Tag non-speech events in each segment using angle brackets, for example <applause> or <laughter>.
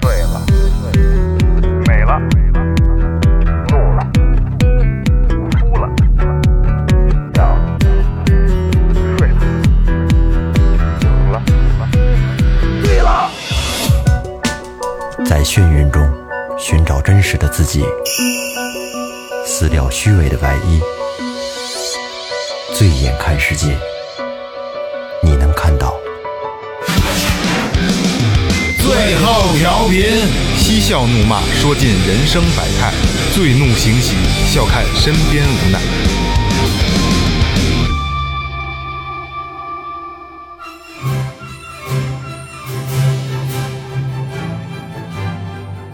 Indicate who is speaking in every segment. Speaker 1: 醉了，美了，怒了，哭了，笑了，睡了，醒了，醉了。
Speaker 2: 在眩晕中寻找真实的自己，撕掉虚伪的外衣，醉眼看世界，你能看到。
Speaker 3: 最后调频，
Speaker 4: 嬉笑怒骂，说尽人生百态；醉怒行喜，笑看身边无奈。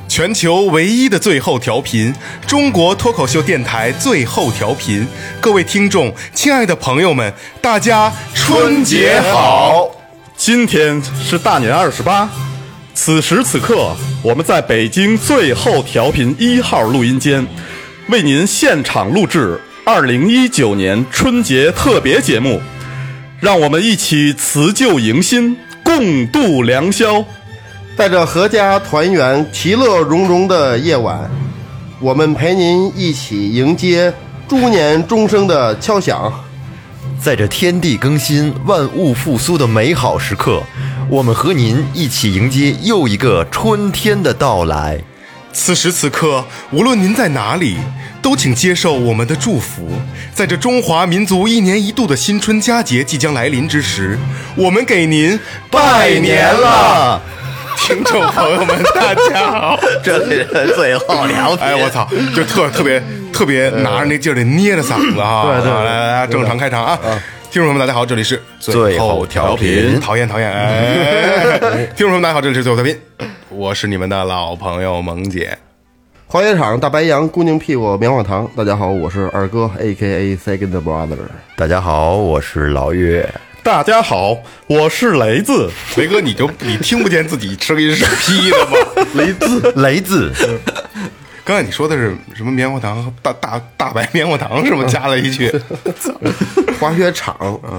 Speaker 4: 全球唯一的最后调频，中国脱口秀电台最后调频，各位听众，亲爱的朋友们，大家春节好！！
Speaker 5: 今天是大年二十八，此时此刻，我们在北京最后调频一号录音间，为您现场录制二零一九年春节特别节目。让我们一起辞旧迎新，共度良宵。
Speaker 6: 在这阖家团圆、其乐融融的夜晚，我们陪您一起迎接猪年钟声的敲响。
Speaker 7: 在这天地更新、万物复苏的美好时刻，我们和您一起迎接又一个春天的到来。
Speaker 4: 此时此刻，无论您在哪里，都请接受我们的祝福。在这中华民族一年一度的新春佳节即将来临之时，我们给您拜年了，听众朋友们，大家好！
Speaker 7: <laughs> 这里是最后聊
Speaker 4: 哎，我操，就特特别特别拿着那劲儿得捏着嗓子哈。对对，来来来，正常开场啊！听众朋友们，大家好，这里是
Speaker 7: 最后调频
Speaker 4: 讨厌讨厌。哎，
Speaker 7: <laughs>
Speaker 4: 听众朋友们，大家好，这里是最后调频，我是你们的老朋友萌姐。
Speaker 6: 滑雪场大白杨，姑娘屁股棉花糖。大家好，我是二哥，A K A Second Brother。
Speaker 7: 大家好，我是老岳。
Speaker 5: 大家好，我是雷子，
Speaker 6: <laughs>
Speaker 4: 雷哥，你就你听不见自己吃一手劈的吗？
Speaker 7: 雷子， <laughs> 雷子，
Speaker 4: 刚才你说的是什么棉花糖和大大大白棉花糖是吗？加了一
Speaker 6: <laughs>
Speaker 4: 句，
Speaker 6: 滑雪场，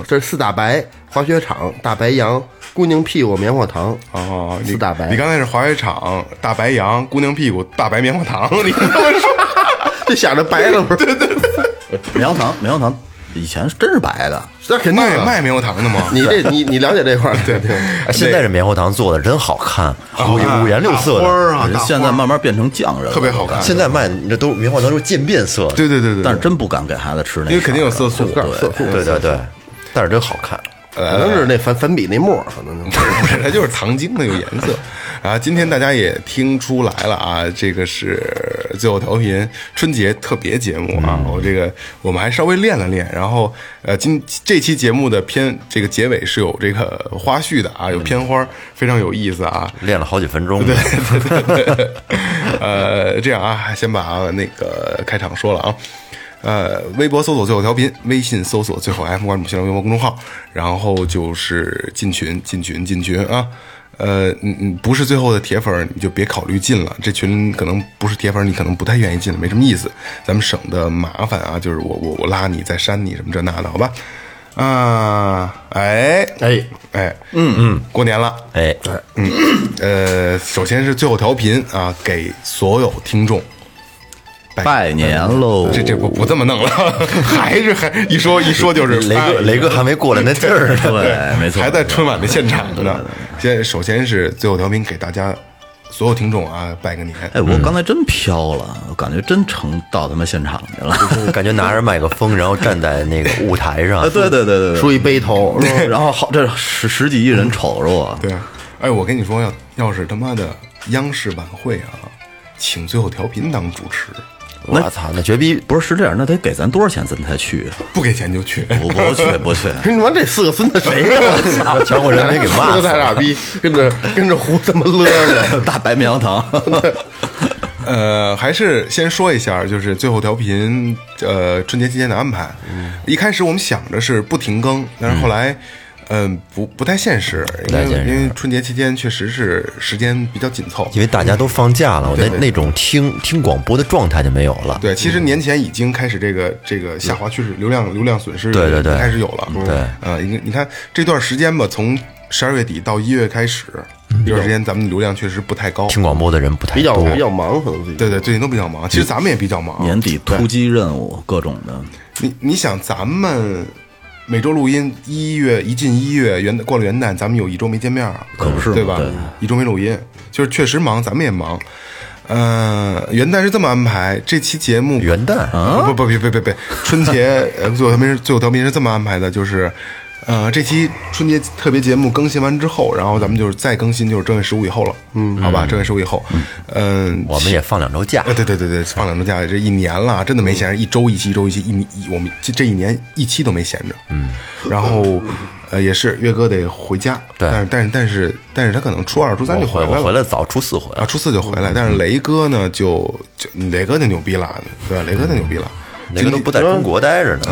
Speaker 6: 这四大白：滑雪场、大白杨、姑娘屁股棉花糖。
Speaker 4: 哦，你
Speaker 6: 四大白
Speaker 4: 你
Speaker 6: <laughs>
Speaker 4: 刚才是滑雪场、大白羊、姑娘屁股、大白棉花糖，你这么说，
Speaker 6: 这想着白
Speaker 4: <laughs>
Speaker 6: 了不是？对对，
Speaker 8: 棉花糖，棉花糖以前是真是白的，
Speaker 6: <laughs> 那肯定
Speaker 4: 卖
Speaker 6: 啊。
Speaker 4: 卖棉花糖的吗？
Speaker 6: 你这你你了解这块儿？对对，
Speaker 7: 现在这棉花糖做的真好看，五
Speaker 8: 啊
Speaker 7: 五颜六色
Speaker 4: 花
Speaker 7: 的。
Speaker 4: 儿啊，大
Speaker 8: 现在慢慢变成匠人了，
Speaker 4: 特别好看。
Speaker 7: 现在卖你这都棉花糖都是渐变色的，
Speaker 4: 对对对对，
Speaker 8: 但是真不敢给孩子吃那，
Speaker 4: 因为肯定有色素
Speaker 8: 对，
Speaker 7: 对对对，但是真好看。
Speaker 6: 可能是那粉粉笔那沫儿，可能就
Speaker 4: 不是，它就是藏经的有颜色。啊，今天大家也听出来了啊，这个是最后调频春节特别节目啊。我这个我们还稍微练了练，然后呃，今这期节目的片这个结尾是有这个花絮的啊，有片花，非常有意思啊。
Speaker 7: 练了好几分钟，
Speaker 4: <laughs> 呃，这样啊，先把那个开场说了啊。呃，微博搜索最后调频，微信搜索最后 F 关注新浪微博公众号，然后就是进群，进群，进群啊。呃，嗯嗯，不是最后的铁粉儿，你就别考虑进了。这群可能不是铁粉儿，你可能不太愿意进了，没什么意思。咱们省得麻烦啊，就是我我我拉你再删你什么这那的，好吧？啊，哎
Speaker 6: 哎
Speaker 4: 哎，嗯嗯，过年了，
Speaker 7: 哎，
Speaker 4: 呃，首先是最后调频啊，给所有听众，
Speaker 8: 拜年喽！
Speaker 4: 这这不不这么弄了， <laughs> 还是还一说一说就是
Speaker 7: 雷
Speaker 4: 哎
Speaker 7: 哥，雷哥还没过来那劲 <laughs> 儿呢。
Speaker 8: 对，哎没错，
Speaker 4: 还在春晚的现
Speaker 8: <laughs>
Speaker 4: 场呢。先首先是最后调频给大家所有听众啊拜个年，
Speaker 8: 哎，我刚才真飘了，我感觉真成到他妈现场去了。
Speaker 4: <laughs>
Speaker 7: 感觉拿着麦克风，然后站在那个舞台上
Speaker 8: 啊，，对对对对
Speaker 6: 梳一背头，是吧 <laughs>
Speaker 8: 对，然后好，这十十几亿人瞅着我，
Speaker 4: 对，哎，我跟你说，要要是他妈的央视晚会啊，请最后调频当主持，
Speaker 7: 我操，那绝 <laughs> 逼
Speaker 8: 不是是这样，那得给咱多少钱咱
Speaker 4: <laughs>
Speaker 8: 才去？
Speaker 4: 不给钱就去。
Speaker 8: 我不去，不
Speaker 4: <laughs>
Speaker 8: 去。
Speaker 6: 你妈这四个孙子谁呀？我操，
Speaker 7: 全国人民给骂 <laughs> 死
Speaker 6: 四个 <laughs> 大傻逼，跟着跟着胡他妈乐呢。
Speaker 8: 大白棉花糖，
Speaker 4: 呃，还是先说一下，就是最后调频，呃，春节期间的安排。
Speaker 7: 嗯
Speaker 4: 一开始我们想着是不停更，但是后来，嗯，不不太现实，因为
Speaker 7: 太现实
Speaker 4: 因为春节期间确实是时间比较紧凑。
Speaker 7: 因为大家都放假了，我那那种听听广播的状态就没有了。
Speaker 4: 对，其实年前已经开始这个这个下滑趋势，流量流量损失
Speaker 7: 对对对
Speaker 4: 开始有了。嗯
Speaker 7: 对
Speaker 4: 呃，你你看这段时间吧，从十二月底到一月开始，
Speaker 7: 嗯
Speaker 4: 一段时间咱们流量确实不太高。
Speaker 7: 听广播的人不太
Speaker 6: 比较
Speaker 7: 多
Speaker 6: 比。较忙，可能自己
Speaker 4: 对对，最近都比较忙，其实咱们也比较忙。
Speaker 8: <laughs> 年底突击任务各种的，
Speaker 4: 你你想，咱们每周录音，一月一进一月元过了元旦，咱们有一周没见面啊，
Speaker 8: 可不是嘛
Speaker 4: 对吧
Speaker 8: 对？
Speaker 4: 一周没录音，就是确实忙，咱们也忙。呃，元旦是这么安排，这期节目呃
Speaker 7: 元旦
Speaker 4: 不不别别别别，春节呃最后调频是最后调频是这么安排的，就是。呃，这期春节特别节目更新完之后，然后咱们就是再更新，就是正月十五以后了，嗯，好吧，正月十五以后，嗯，
Speaker 7: 我们也放两周假
Speaker 4: 啊，，对对对对，放两周假，这一年了，啊真的没闲着，一周一期，一周一期，一年一我们这这一年一期都没闲着。嗯，然后呃也是岳哥得回家，
Speaker 7: 对
Speaker 4: 但是但是但是但是他可能初二初三就
Speaker 7: 我回
Speaker 4: 回来了，
Speaker 7: 我回来早，初四回
Speaker 4: 啊
Speaker 7: 来。
Speaker 4: 初四就回来，但是雷哥呢就就雷哥就牛逼了，啊对吧？雷哥就牛逼了，
Speaker 7: 那个都不在中国待着呢，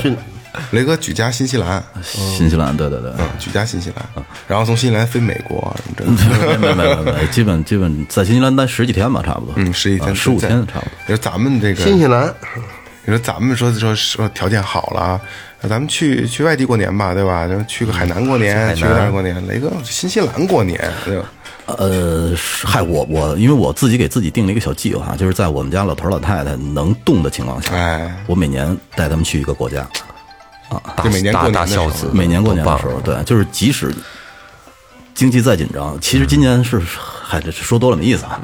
Speaker 6: 去
Speaker 4: 雷哥举家新西兰，
Speaker 8: 新西兰，对对对，
Speaker 4: 嗯，举家新西兰，然后从新西兰飞美国，啊真的。
Speaker 8: 没没没没没，基本基本在新西兰待十几天吧，差不多，
Speaker 4: 嗯，十几天，
Speaker 8: 啊十五
Speaker 4: 在
Speaker 8: 天差不多。。
Speaker 4: 你说咱们这个
Speaker 6: 新西兰，
Speaker 4: 你说咱们说说说条件好了啊，那咱们去去外地过年吧，对吧？就去个海南过年，去个哪儿过年？雷哥，新西兰过年，对吧？
Speaker 8: 呃，是嗨，我我因为我自己给自己定了一个小计划，就是在我们家老头老太太能动的情况下，
Speaker 4: 哎，
Speaker 8: 我每年带他们去一个国家，
Speaker 4: 就每年过
Speaker 7: <laughs> 大
Speaker 4: 年
Speaker 7: 大
Speaker 4: 的时候
Speaker 7: 孝子，
Speaker 8: 每年过年的
Speaker 7: 棒
Speaker 8: 时候，对，就是即使经济再紧张，其实今年是，嗨，这说多了没意思 <laughs> 啊。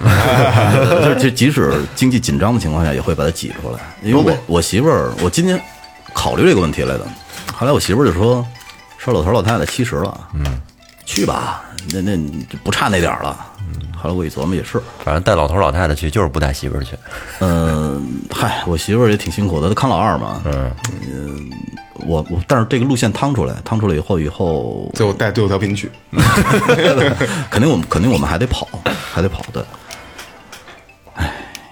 Speaker 8: 就是就即使经济紧张的情况下，也会把它挤出来。因为我我媳妇儿，我今年考虑这个问题来的，后来我媳妇儿就说，说老头老太太七十了，嗯，去吧，那那不差那点儿了。后来我一琢磨也是，
Speaker 7: 反正带老头老太太去，就是不带媳妇儿去。
Speaker 8: 嗯，嗨，我媳妇儿也挺辛苦的，她康老二嘛。嗯，我我，但是这个路线趟出来，趟出来以后，以后
Speaker 4: 最后带最后调频去，
Speaker 8: <laughs> 肯定我们肯定我们还得跑，还得跑的。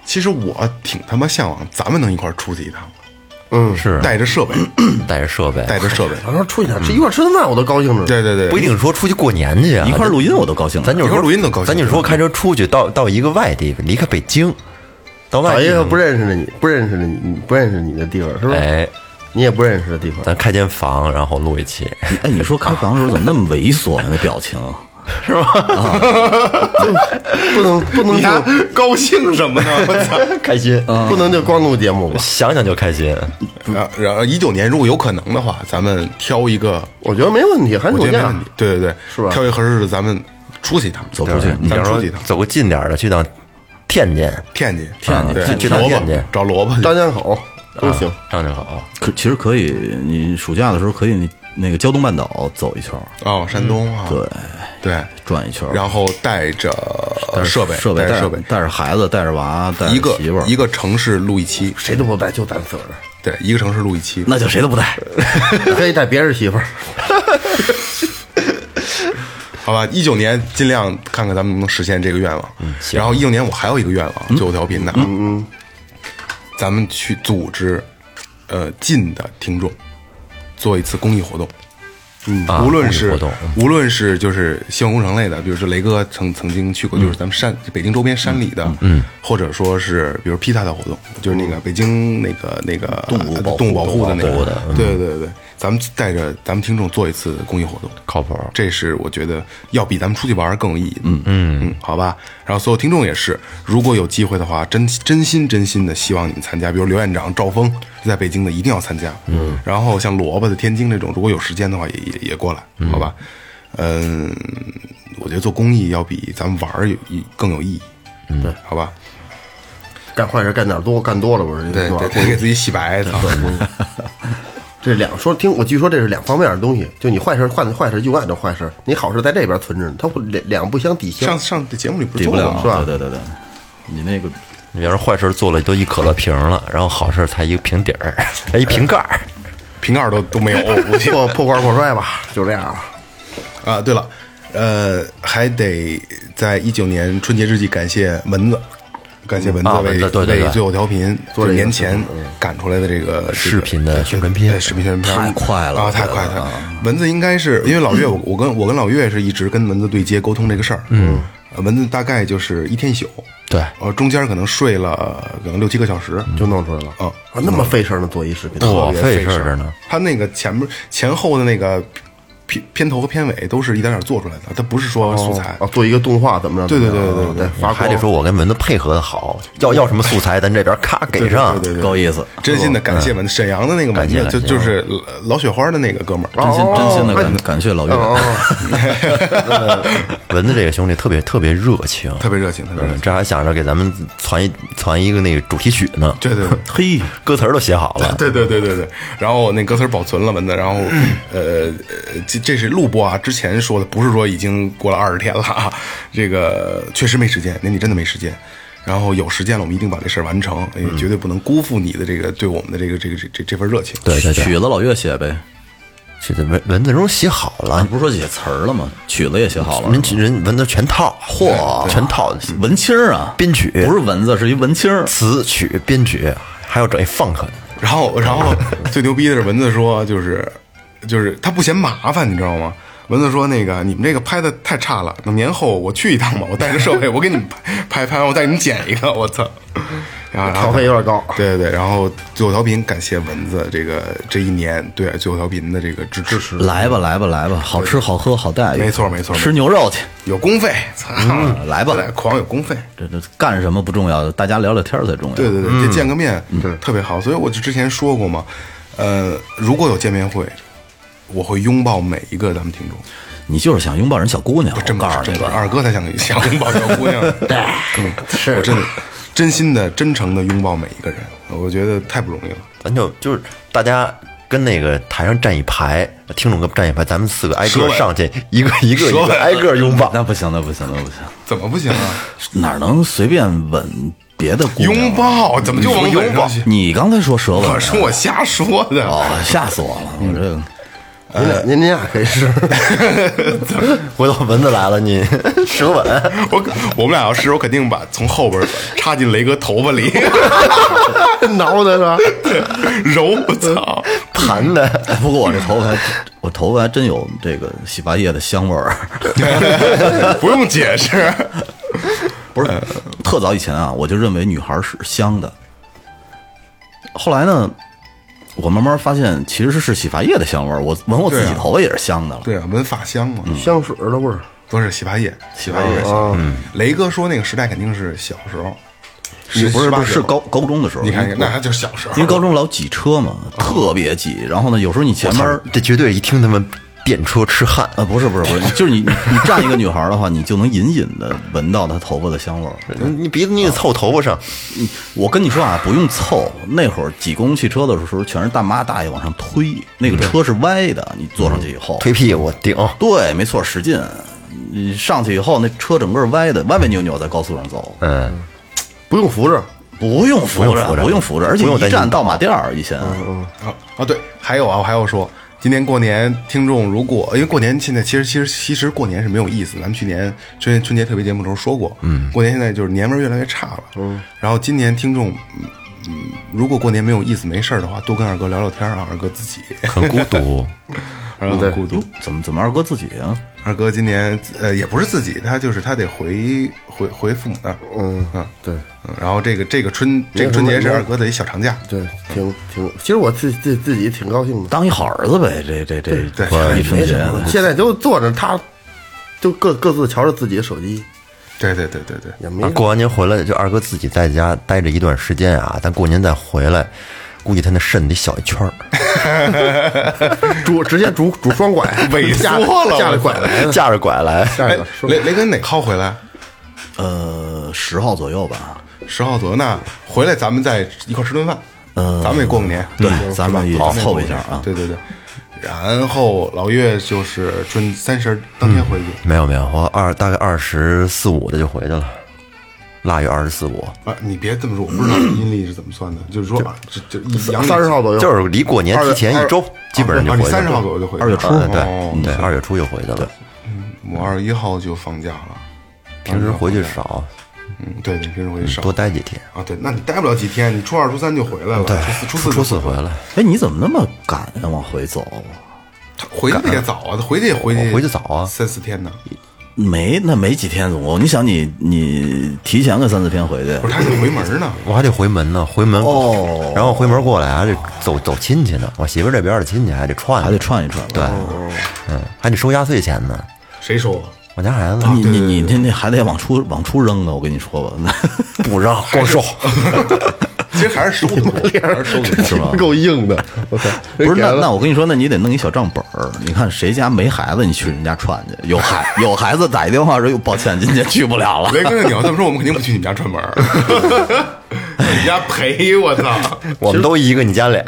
Speaker 4: 其实我挺他妈向往咱们能一块儿出去一趟，
Speaker 6: 嗯，
Speaker 7: 是
Speaker 4: 带着设备，
Speaker 7: 带着设备，
Speaker 4: 带着设备，
Speaker 6: 他说出去吃一块儿吃顿饭，我都高兴着。
Speaker 4: 对对对，
Speaker 7: 不一定说出去过年去啊，
Speaker 8: 一块儿录音我都高兴了，
Speaker 7: 咱就
Speaker 4: 一
Speaker 7: 是
Speaker 4: 会
Speaker 7: 说
Speaker 4: 儿录音都高兴
Speaker 7: 咱就说开车出去到到一个外地，离开北京，到
Speaker 6: 老
Speaker 7: 外
Speaker 6: 爷
Speaker 7: 地
Speaker 6: 又不认识的你，不认识的你，你哎不认识你的地方是吧？
Speaker 7: 嗯哎，
Speaker 6: 你也不认识的地方，
Speaker 7: 咱开间房，然后录一期， <laughs>
Speaker 8: 哎，你说开房的时候怎么那么猥琐呀、那表情，
Speaker 6: 不能不能
Speaker 4: 你俩
Speaker 6: 就
Speaker 4: 高兴什么呢？我操！
Speaker 7: 开心，
Speaker 6: 不能就光录节目吧？
Speaker 7: 想想就开心。
Speaker 4: <laughs> 然后然后一九年如果有可能的话，咱们挑一个，
Speaker 6: 我觉得没问题，寒
Speaker 4: 我
Speaker 6: 暑
Speaker 4: 觉得没
Speaker 6: 假
Speaker 4: 问题，对对对，
Speaker 6: 是吧
Speaker 4: 挑一个合适的，咱们出去一趟，走
Speaker 8: 出去
Speaker 7: 你
Speaker 4: 咱
Speaker 7: 要
Speaker 4: 们
Speaker 7: 说
Speaker 4: 出去一趟，
Speaker 7: 走个近点儿的，去趟天津，
Speaker 4: 天津，
Speaker 8: 天
Speaker 4: 啊
Speaker 8: 津
Speaker 4: 对
Speaker 8: 天
Speaker 7: 津
Speaker 4: 找
Speaker 7: 天津
Speaker 4: 萝卜，找萝卜去，
Speaker 6: 张家
Speaker 7: 啊
Speaker 6: 口都行。
Speaker 7: 这样就好。
Speaker 8: 可其实可以，你暑假的时候可以你那个胶东半岛走一圈儿，
Speaker 4: 哦，山东啊，对对，
Speaker 8: 转一圈儿，
Speaker 4: 然后带着
Speaker 8: 带着
Speaker 4: 设备，
Speaker 8: 设备
Speaker 4: 带着
Speaker 8: 带
Speaker 4: 设备，
Speaker 8: 带着孩子，带着娃，带着
Speaker 4: 一个
Speaker 8: 媳妇儿，
Speaker 4: 一个城市录一期，
Speaker 6: 谁都不带，就咱自个儿，
Speaker 4: 对，一个城市录一期。
Speaker 8: 那就谁都不带。
Speaker 6: <laughs> 可以带别人媳妇儿。
Speaker 4: 好吧，一九年尽量看看咱们能不能实现这个愿望。然后一九年我还有一个愿望，最后调频的，嗯，咱们去组织，呃，近的听众做一次公益活动。嗯，
Speaker 7: 啊
Speaker 4: 无论
Speaker 7: 公益
Speaker 4: 是
Speaker 7: 活动
Speaker 4: 无论是就是希望工程类的，比如说雷哥曾曾经去过，就是咱们山北京周边山里的，嗯，或者说是比如皮塔的活动，就是那个北京那个那个动
Speaker 8: 物保护
Speaker 4: 动物保护的那
Speaker 8: 动物保护
Speaker 4: 个
Speaker 8: 的，嗯
Speaker 4: 对对对，咱们带着咱们听众做一次公益活动，
Speaker 7: 靠谱
Speaker 4: 这是我觉得要比咱们出去玩儿更有意义。嗯嗯嗯，好吧。然后所有听众也是，如果有机会的话，真真心真心的希望你们参加，比如刘院长、赵峰在北京的一定要参加。嗯，然后像萝卜的天津这种，如果有时间的话也也也过来，好吧。嗯，我觉得做公益要比咱们玩儿有意更有意义。嗯，好吧。
Speaker 6: 干坏事干点多，干多了不是？
Speaker 4: 对
Speaker 6: 是吧
Speaker 4: 对，得给自己洗白。操
Speaker 6: 这两说听我据说这是两方面的东西，就你坏事干的坏事就干这坏事，你好事在这边存着呢，它不两两不相抵消
Speaker 4: 上。上这节目里 <laughs> 不是
Speaker 8: 抵
Speaker 4: 做
Speaker 8: 不
Speaker 4: 了
Speaker 8: 了
Speaker 4: 吗？，
Speaker 6: 是吧
Speaker 8: 对对对对，你那个
Speaker 7: 你要是坏事做了都一可乐瓶了，然后好事才一个瓶底儿， <laughs> 才一瓶盖儿。
Speaker 4: 瓶盖儿都都没有，我去。
Speaker 6: 破破罐破摔吧，就这样了。
Speaker 4: 啊，对了，呃，还得在一九年春节之际感谢蚊子，感谢蚊子
Speaker 7: 啊
Speaker 4: 为
Speaker 7: 蚊子对对对嗯
Speaker 4: 为最后调频
Speaker 6: 做
Speaker 4: 就
Speaker 6: 这个
Speaker 4: 年前赶出来的这个
Speaker 7: 视频的宣传片
Speaker 4: 对视频宣传片
Speaker 8: 太快了
Speaker 4: 啊，
Speaker 8: 我觉
Speaker 4: 太
Speaker 8: 得
Speaker 4: 快了。蚊子应该是因为老岳，我我跟我跟老岳是一直跟蚊子对接沟通这个事儿，嗯，蚊子大概就是一天一宿，
Speaker 7: 对
Speaker 4: 呃，中间可能睡了可能六七个小时，
Speaker 6: 就弄出来了
Speaker 4: 嗯
Speaker 6: 啊！
Speaker 7: 嗯
Speaker 6: 嗯那么费事儿呢，做一视频，哦
Speaker 7: 多
Speaker 4: 特别
Speaker 7: 费
Speaker 4: 费
Speaker 7: 事
Speaker 4: 事
Speaker 7: 儿
Speaker 4: 儿
Speaker 7: 呢。
Speaker 4: 他那个前面前后的那个片片头和片尾都是一点点做出来的，它不是说哦素材。
Speaker 6: 啊，做一个动画怎么着？哦
Speaker 4: 对对对对对对
Speaker 6: 发光
Speaker 7: 还得说我跟蚊子配合的好，要要什么素材，咱这边咔给上，
Speaker 4: 对对对
Speaker 8: 够意思。
Speaker 4: 真心的感谢蚊子，沈阳的那个蚊子，
Speaker 7: 感谢
Speaker 4: 就
Speaker 7: 感谢
Speaker 4: 就是老雪花的那个哥们
Speaker 7: 哦
Speaker 4: 儿，
Speaker 8: 真心真
Speaker 4: 哦
Speaker 8: 心的感感谢老岳，
Speaker 7: 蚊子这个兄弟特别特别热情，
Speaker 4: 特别热情，特别热
Speaker 7: <laughs> 嗯
Speaker 4: 情。
Speaker 7: 这还想着给咱们传一传一个那个主题曲呢，
Speaker 4: 对对对。
Speaker 8: 嘿，
Speaker 7: 歌词儿都写好了。
Speaker 4: 对对对对对，然后那歌词儿保存了文的，然后
Speaker 7: 嗯
Speaker 4: 呃呃，这这是录播啊，之前说的不是说已经过了二十天了啊，这个确实没时间，年底真的没时间。然后有时间了，我们一定把这事儿完成，也绝对不能辜负你的这个对我们的这个这个这这这份热情。
Speaker 7: 对对对，
Speaker 8: 曲子老岳写呗，
Speaker 7: 这这文文字中写好了
Speaker 8: 你，不是说写词儿了吗？曲子也写好了
Speaker 7: 人，人文字全套，嚯，全套
Speaker 8: 文青儿啊，
Speaker 7: 编曲
Speaker 8: 不是蚊子，是一文青儿。
Speaker 7: 词曲编曲，还要整一 funk，
Speaker 4: 然后，然后最牛逼的是蚊子说，就是就是他不嫌麻烦，你知道吗？蚊子说那个你们这个拍的太差了，等年后我去一趟吧，我带着设备，我给你们拍拍拍完，我带你们剪一个，我操！然后然
Speaker 6: 消
Speaker 4: 后
Speaker 6: 费有点高。
Speaker 4: 对对对，然后最后调频感谢蚊子这个这一年对最后调频的这个支持，
Speaker 8: 来吧，来吧，来吧，好吃好喝好待遇，
Speaker 4: 没错没错
Speaker 8: 吃牛肉去，
Speaker 4: 有公费，操，
Speaker 8: 来吧
Speaker 4: 咱俩狂有公费。
Speaker 8: 这这干什么不重要，大家聊聊天儿才重要。
Speaker 4: 对对对，这见个面特别好，所以我就之前说过嘛，呃，如果有见面会，我会拥抱每一个咱们听众。
Speaker 8: 你就是想拥抱人小姑娘，
Speaker 4: 真
Speaker 8: 我告
Speaker 4: 不
Speaker 8: 诉
Speaker 4: 是真
Speaker 8: 你
Speaker 4: 不是
Speaker 8: 吧，
Speaker 4: 二哥才想想拥抱小姑娘， <laughs> 对，是我真的真心的、真诚的拥抱每一个人，我觉得太不容易了。
Speaker 7: 咱就就是大家跟那个台上站一排，听众哥站一排，咱们四个挨
Speaker 4: 舌
Speaker 7: 个
Speaker 4: 吻
Speaker 7: 上去，一个一个一个挨个拥抱。
Speaker 8: 那不行，那不行，那不行，
Speaker 4: 怎么不行啊？
Speaker 8: 哪能随便吻别的姑娘？
Speaker 4: 拥抱怎么就往拥抱？
Speaker 8: 你刚才说舌吻啊，
Speaker 4: 我说我瞎说的，
Speaker 8: 哦，吓死我了！我这个
Speaker 6: 您俩您您俩可以试，
Speaker 7: 回头蚊子来了，你 <laughs> 舌吻，
Speaker 4: 我我们俩要是我肯定把从后边插进雷哥头发 <laughs> 里
Speaker 6: 挠的是吧？
Speaker 4: 揉，我 <laughs> 操！
Speaker 7: 盘的。
Speaker 8: 哎不过我这头发还，我头发还真有这个洗发液的香味儿。
Speaker 4: 不用解释，
Speaker 8: 不
Speaker 4: 呃
Speaker 8: 是，特早以前啊，我就认为女孩是香的。后来呢，我慢慢发现其实是洗发液的香味儿。我闻我自己
Speaker 4: 对啊
Speaker 8: 头发也是香的了。
Speaker 4: 对啊，闻发香嘛，
Speaker 6: 香水的味儿，
Speaker 4: 不是洗发液，洗发液哦嗯香。雷哥说那个时代肯定是小时候，十
Speaker 8: 是不是
Speaker 4: 十八
Speaker 8: 不是
Speaker 4: 岁
Speaker 8: 是高高中的时候？
Speaker 4: 啊你看哦
Speaker 8: 因为
Speaker 4: 那还就是小时候，
Speaker 8: 因为高中老挤车嘛，特别挤。然后呢，有时候你前面儿
Speaker 7: 这绝对一听他们电车痴汉，
Speaker 8: 啊，不是不是
Speaker 4: <laughs>
Speaker 8: 不是，就是你你你站一个女孩儿的话，你就能隐隐的闻到她头发的香味儿。
Speaker 7: 嗯你你鼻子你得凑头发上，
Speaker 8: 我跟你说啊，不用凑。那会儿挤公共汽车的时候，全是大妈大爷往上推，那个车是歪的，你坐上去以后，
Speaker 7: 推屁股顶。
Speaker 8: 对，没错，使劲。你上去以后，那车整个歪的，歪歪扭扭在高速上走，
Speaker 7: 嗯，
Speaker 6: 不用扶着，
Speaker 8: 不用扶
Speaker 7: 不用扶
Speaker 8: 着，
Speaker 7: 着
Speaker 8: 不用扶着，而且
Speaker 7: 不用
Speaker 8: 一
Speaker 7: 担心嗯
Speaker 8: 站到马甸儿以前，
Speaker 4: 啊啊，对，还有啊，我还要说，今年过年听众如果因为过年现在其实其实其实过年是没有意思，咱们去年春春节特别节目的时候说过，嗯，过年现在就是年味儿越来越差了，嗯，然后今年听众。嗯嗯，如果过年没有意思、没事儿的话，多跟二哥聊聊天儿啊。二哥自己，
Speaker 7: 很孤 <laughs> 独。
Speaker 4: 二哥很孤独
Speaker 8: 哟。，怎么怎么二哥自己啊？
Speaker 4: 二哥今年呃也不是自己，他就是他得回回回父母那儿。嗯嗯，
Speaker 6: 对
Speaker 4: 嗯然后这个这个春这个春节是二哥的一小长假，
Speaker 6: 对，挺挺，其实我自自自己挺高兴的。
Speaker 8: 当一好儿子呗，这这这
Speaker 4: 对
Speaker 8: 这一春节的，
Speaker 6: 现在都坐着，他就各各自瞧着自己的手机，
Speaker 4: 对对对对对。
Speaker 6: 也没
Speaker 7: 啊过完年回来，就二哥自己在家待着一段时间啊，但过年再回来，估计他那肾得小一圈儿，
Speaker 6: 拄直接拄拄双拐，
Speaker 4: 萎缩
Speaker 6: 架
Speaker 4: 了
Speaker 6: <laughs> 架着拐来
Speaker 7: <laughs>
Speaker 6: 的，
Speaker 7: 架着拐来。
Speaker 6: <laughs> 架
Speaker 4: 哎
Speaker 6: 着拐，
Speaker 4: 雷雷哥你哪号回来？
Speaker 8: 呃，十号左右吧。
Speaker 4: 十号左右，那回来咱们再一块儿吃顿饭，
Speaker 8: 呃
Speaker 4: 咱们也过个年，嗯
Speaker 8: 对
Speaker 4: 是吧
Speaker 8: 咱们也
Speaker 4: 咱也
Speaker 8: 凑
Speaker 4: 过
Speaker 8: 一
Speaker 4: 个
Speaker 8: 下
Speaker 4: 年
Speaker 8: 啊
Speaker 4: 对对对，然后老岳就是春三十儿当天回去，
Speaker 7: 没有没有，我二大概二十四五的就回去了，腊月二十四五，
Speaker 4: 啊，你别这么说，我不知道阴历是怎么算的，就是说啊，这这一阳历
Speaker 6: 三十号左右，
Speaker 7: 就是离过年
Speaker 4: 二月
Speaker 7: 提前一周
Speaker 4: 二，
Speaker 7: 基本上就
Speaker 4: 啊
Speaker 7: 回
Speaker 4: 你
Speaker 7: 去了。
Speaker 4: 三十号左右就回去了，
Speaker 8: 二月初
Speaker 7: 啊
Speaker 4: 哦
Speaker 7: 对对，二月初就回去了。
Speaker 4: 我二十一号就放假了，
Speaker 7: 平时回去少，
Speaker 4: 嗯，对，你平时回去少
Speaker 7: 多待几天。
Speaker 4: 啊，对，那你待不了几天，你初二初三就回来了，初四
Speaker 7: 初
Speaker 4: 初
Speaker 7: 四
Speaker 4: 就
Speaker 7: 回来，
Speaker 8: 哎，你怎么那么赶呀？往回走？
Speaker 4: 回来的也早啊，他回去也回去
Speaker 7: 我回去早啊
Speaker 4: 三四天呢，
Speaker 8: 没那没几天总共，你想你你提前个三四天回去
Speaker 4: 不，是，他得回门呢。
Speaker 7: 我还得回门呢，回门
Speaker 8: 哦
Speaker 7: 然后回门过来还得走走亲戚呢，我媳妇儿这边的亲戚还得串，
Speaker 8: 还得，串一串。
Speaker 7: 对，嗯，还得收压岁钱呢。
Speaker 4: 谁收啊？
Speaker 7: 我家孩子
Speaker 8: 你你你那那还得往出往出扔啊！我跟你说吧，
Speaker 7: 不让 <laughs> 光收，
Speaker 4: <laughs> 其实还是收的多，还是收的
Speaker 6: <laughs>
Speaker 4: 多。
Speaker 6: 真够硬的。我操，
Speaker 8: 不是那
Speaker 6: 人给
Speaker 8: 那
Speaker 6: 了
Speaker 8: 我跟你说，那你得弄一小账本儿。你看谁家没孩子，你去人家串去；有孩有孩子打一电话说，哟，抱歉，今天去不了 <laughs> 了。
Speaker 4: 雷哥，你要这么说，我们肯定不去你们家串门儿， <laughs> 你家赔我操！
Speaker 7: 我们都一个，你家俩，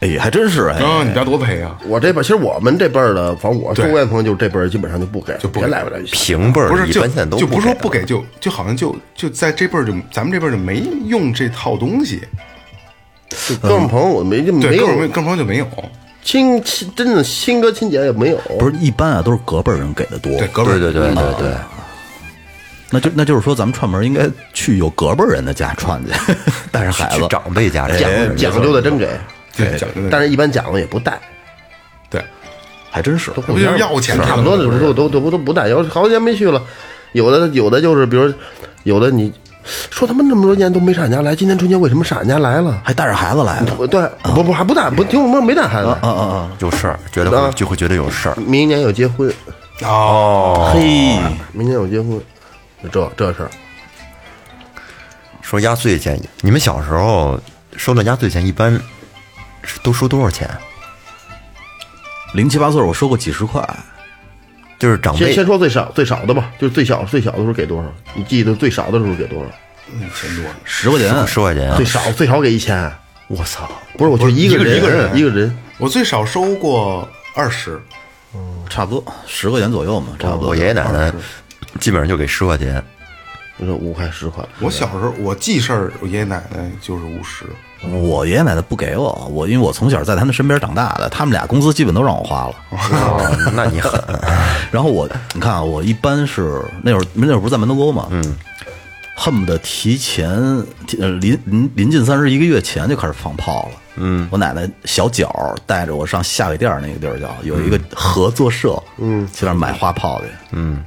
Speaker 8: 哎，还真是哎，
Speaker 4: 啊，你家多赔啊！
Speaker 6: 我这辈儿，其实我们这辈儿的，反正我周
Speaker 4: 对
Speaker 6: 围的朋友就这辈儿，基本上就不给，就
Speaker 4: 不
Speaker 6: 别
Speaker 4: 给
Speaker 6: 来不来去。
Speaker 7: 平辈
Speaker 4: 不
Speaker 7: 儿
Speaker 4: 是
Speaker 7: 一
Speaker 4: 就
Speaker 7: 般现在都
Speaker 4: 就不是说
Speaker 7: 给
Speaker 4: 不给，就就好像就就在这辈儿就咱们这辈儿就没用这套东西，
Speaker 6: 就哥们儿朋友我没就没
Speaker 4: 对，
Speaker 6: 有
Speaker 4: 哥们儿哥们儿朋友就没有，
Speaker 6: 亲亲，真的亲哥亲姐也没有。
Speaker 8: 不是一般啊，都是隔辈儿人给的多。
Speaker 4: 对，哥们儿嗯
Speaker 7: 对对对对对，
Speaker 8: 那就那就是说，咱们串门应该去有隔辈儿人的家串去，带着孩
Speaker 7: 去
Speaker 8: 子。
Speaker 7: 长辈家
Speaker 4: 哎
Speaker 6: 讲
Speaker 7: 长
Speaker 6: 讲究的真给，
Speaker 4: 对讲究的，
Speaker 6: 但是一般讲究也不带，
Speaker 4: 对，
Speaker 8: 还真是。
Speaker 4: 不就是要钱
Speaker 6: 差不多的时候都都都都不带。有好几年没去了，有的有的就是，比如有的你说他妈那么多年都没上俺家来，今年春节为什么上俺家来了？
Speaker 8: 还带着孩子来的，嗯
Speaker 6: 我对，不不还不带，不听我妈没带孩
Speaker 4: 啊
Speaker 6: 子，
Speaker 7: 有事儿，觉得
Speaker 6: 啊
Speaker 7: 会就会觉得有事儿。
Speaker 6: 明年有结婚，
Speaker 4: 哦，
Speaker 8: 嘿，
Speaker 6: 明年有结婚，这这事儿。
Speaker 7: 说压岁钱，你们小时候收到压岁钱一般是都收多少钱？啊
Speaker 8: 零七八岁我收过几十块，
Speaker 7: 就是长
Speaker 6: 先
Speaker 7: 辈
Speaker 6: 先说最少最少的吧，就是最小最小的时候给多少？你记得最少的时候给多少？
Speaker 8: 十块钱，
Speaker 7: 十块钱啊
Speaker 6: 最，少最少给一千。
Speaker 7: 我操，
Speaker 6: 不是，我就一个人，
Speaker 4: 一个人
Speaker 6: 一个人，
Speaker 4: 我最少收过二十，
Speaker 8: 差不多十块钱左右嘛，差不多。
Speaker 7: 我爷爷奶奶基本上就给十块钱，
Speaker 6: 我说五块十块，
Speaker 4: 我小时候我记事儿，我爷爷奶奶就是五十，
Speaker 8: 我爷爷奶奶不给我，我因为我从小在他们身边长大的，他们俩工资基本都让我花了。
Speaker 7: 哦那你狠，
Speaker 8: 然后我，你看啊，我一般是那会儿那会儿不是在门头沟嘛，嗯，恨不得提前提呃临临临近三十一个月前就开始放炮了。嗯，我奶奶小脚儿带着我上下水店儿那个地儿叫有一个合作社，嗯，去那儿买花炮去，嗯，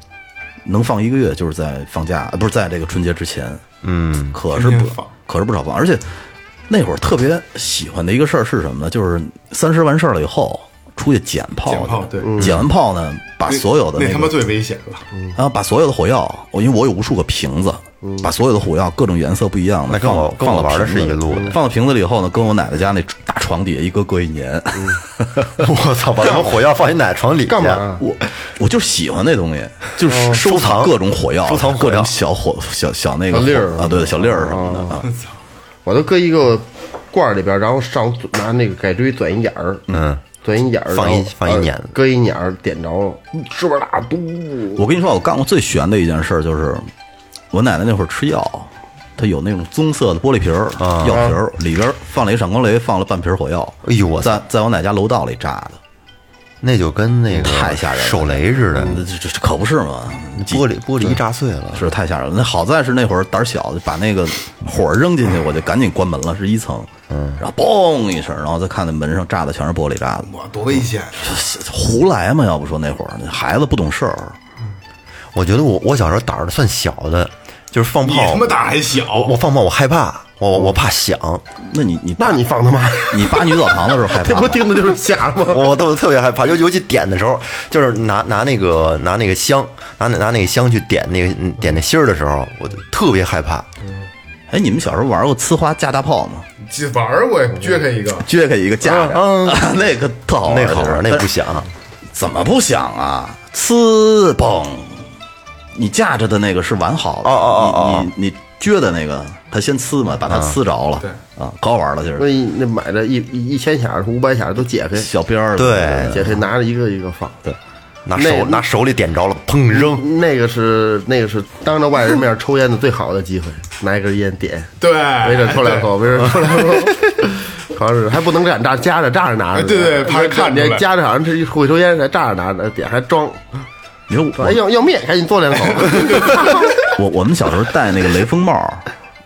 Speaker 8: 能放一个月，就是在放假，呃不是在这个春节之前，嗯，可是
Speaker 4: 天
Speaker 8: 不
Speaker 4: 天放
Speaker 8: 可是不少放，而且那会儿特别喜欢的一个事儿是什么呢？就是三十完事儿了以后。出去捡炮去，
Speaker 4: 捡炮对
Speaker 8: 捡完炮呢，把
Speaker 4: 那
Speaker 8: 哦嗯所有的
Speaker 4: 那
Speaker 8: 个
Speaker 4: 他妈最危险了，
Speaker 8: 然后把所有的火药，我因为我有无数个瓶子，
Speaker 4: 嗯
Speaker 8: 把所有的火药各种颜色不一样的，
Speaker 7: 那跟我
Speaker 8: 放
Speaker 7: 跟我
Speaker 8: 放到
Speaker 7: 玩的
Speaker 8: 瓶子
Speaker 7: 是一路的
Speaker 8: 里放到瓶子里以后呢，跟我奶奶家那大床底下一搁搁一年，
Speaker 4: 嗯
Speaker 7: <laughs> 我操，把他们火药放你奶奶床底下
Speaker 6: 干嘛？
Speaker 8: 我我就喜欢那东西，就是收
Speaker 7: 哦收藏
Speaker 8: 各种火药，
Speaker 7: 收藏火药
Speaker 8: 各种小火小小那个
Speaker 6: 小粒儿
Speaker 8: 火啊，对小粒儿什么
Speaker 7: 哦
Speaker 8: 的啊，
Speaker 6: 我都搁一个罐儿里边，然后上嘴拿那个改锥钻一眼儿，嗯，钻一眼儿，
Speaker 7: 放一
Speaker 6: 然后
Speaker 7: 放一捻
Speaker 6: 呃搁一眼儿，点着了，是不是大嘟？
Speaker 8: 我跟你说，啊我干过最悬的一件事儿就是，我奶奶那会儿吃药，她有那种棕色的玻璃瓶儿、
Speaker 6: 啊
Speaker 8: 药瓶儿，里边儿放了一闪光雷，放了半瓶火药。
Speaker 7: 哎呦我操
Speaker 8: 在在我奶家楼道里炸的，
Speaker 7: 那就跟那个
Speaker 8: 太吓人了嗯
Speaker 7: 手雷似的，
Speaker 8: 这
Speaker 6: 嗯
Speaker 8: 这这可不是嘛？几
Speaker 7: 玻璃玻璃一炸碎了，
Speaker 8: 是太吓人了。那好在是那会儿胆儿小，把那个火扔进去，我就赶紧关门了，是一层。嗯，然后嘣一声，然后再看那门上炸的全是玻璃渣子，
Speaker 4: 哇，多危险！啊
Speaker 8: 哦胡来嘛？要不说那会儿那孩子不懂事儿，
Speaker 7: 我觉得我我小时候胆儿算小的，就是放
Speaker 4: 你
Speaker 7: 炮
Speaker 4: 他，妈胆儿还小，
Speaker 7: 我放炮我害怕，我我我怕响，
Speaker 8: 那你你
Speaker 6: 那你放他妈，
Speaker 8: 你扒女澡堂的时候害
Speaker 6: <laughs> 这
Speaker 8: 怕
Speaker 6: 不
Speaker 8: 吗？
Speaker 6: 听的就是瞎吗？
Speaker 7: 我都特别害怕，尤尤其点的时候，就是拿拿那个拿那个香，拿拿那个香去点那个嗯点那芯儿的时候，我就特别害怕。
Speaker 8: 哎，你们小时候玩过呲花架大炮吗？
Speaker 4: <laughs> 这玩儿我撅开一个，
Speaker 8: 撅开一个架着， <laughs> 那个特好玩
Speaker 7: 嗯那
Speaker 8: 儿，
Speaker 7: 好玩，
Speaker 8: 就是
Speaker 7: 那不，
Speaker 8: 但
Speaker 7: 响，
Speaker 8: 是怎么不响啊？呲嘣，你架着的那个是完好的，
Speaker 7: 哦哦哦嗯
Speaker 8: 你你你撅的那个，它先呲嘛，把它呲着了，
Speaker 4: 对
Speaker 8: 啊，可好玩了，就
Speaker 6: 所
Speaker 8: 是
Speaker 6: 以那买的一一一千匣、五百匣都解开，
Speaker 8: 小边儿的，
Speaker 7: 对
Speaker 6: 解开拿着一个一个放。对，
Speaker 7: 拿
Speaker 6: 那
Speaker 7: 手拿手里点着了，砰扔，
Speaker 6: 那个是那个是当着外人面抽烟的最好的机会，拿一根烟点，
Speaker 4: 对，
Speaker 6: 没准抽两口，没准抽
Speaker 4: <laughs>
Speaker 6: 两口，好像是还不能这样扎夹着扎着拿着，
Speaker 4: 哎对对怕人看出来
Speaker 6: 你夹着好像是一会抽烟还扎着拿着点还装，哎
Speaker 8: 你说我
Speaker 4: <laughs>
Speaker 6: 哎要要灭赶紧嘬两口，
Speaker 8: 我我们小时候戴那个雷锋帽，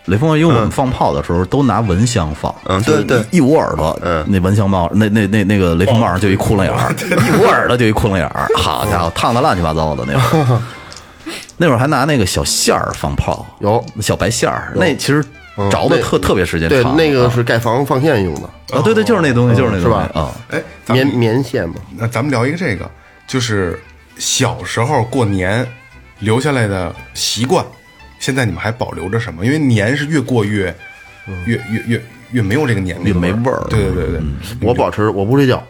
Speaker 8: 雷锋，因为
Speaker 6: 嗯
Speaker 8: 我们放炮的时候都拿蚊香放，
Speaker 7: 嗯对
Speaker 8: 就是一一捂耳朵，嗯，那蚊香帽，那那那那个雷锋帽上就一窟窿眼
Speaker 6: 哦
Speaker 8: 儿，一捂耳朵就一窟窿眼儿，好家伙，烫的乱七八糟的那会儿，那会儿还拿那个小线儿放炮，
Speaker 6: 有嗯
Speaker 8: 小白线儿，那其实着的特特别时间
Speaker 6: 对，
Speaker 8: 长，
Speaker 6: 那个
Speaker 8: 啊
Speaker 6: 是盖房放线用的，
Speaker 8: 啊，对对，就是那东西，就是那
Speaker 6: 是
Speaker 8: 东西
Speaker 6: 吧
Speaker 8: 啊，
Speaker 4: 哎，咱
Speaker 6: 棉
Speaker 4: 们嗯
Speaker 6: 棉线嘛。
Speaker 4: 那咱们聊一个这个，就是小时候过年留下来的习惯，现在你们还保留着什么？因为年是越过越越越越越没有这个年
Speaker 8: 越
Speaker 4: 味
Speaker 8: 没味儿
Speaker 4: 对对对对，
Speaker 6: 我保持我不睡觉，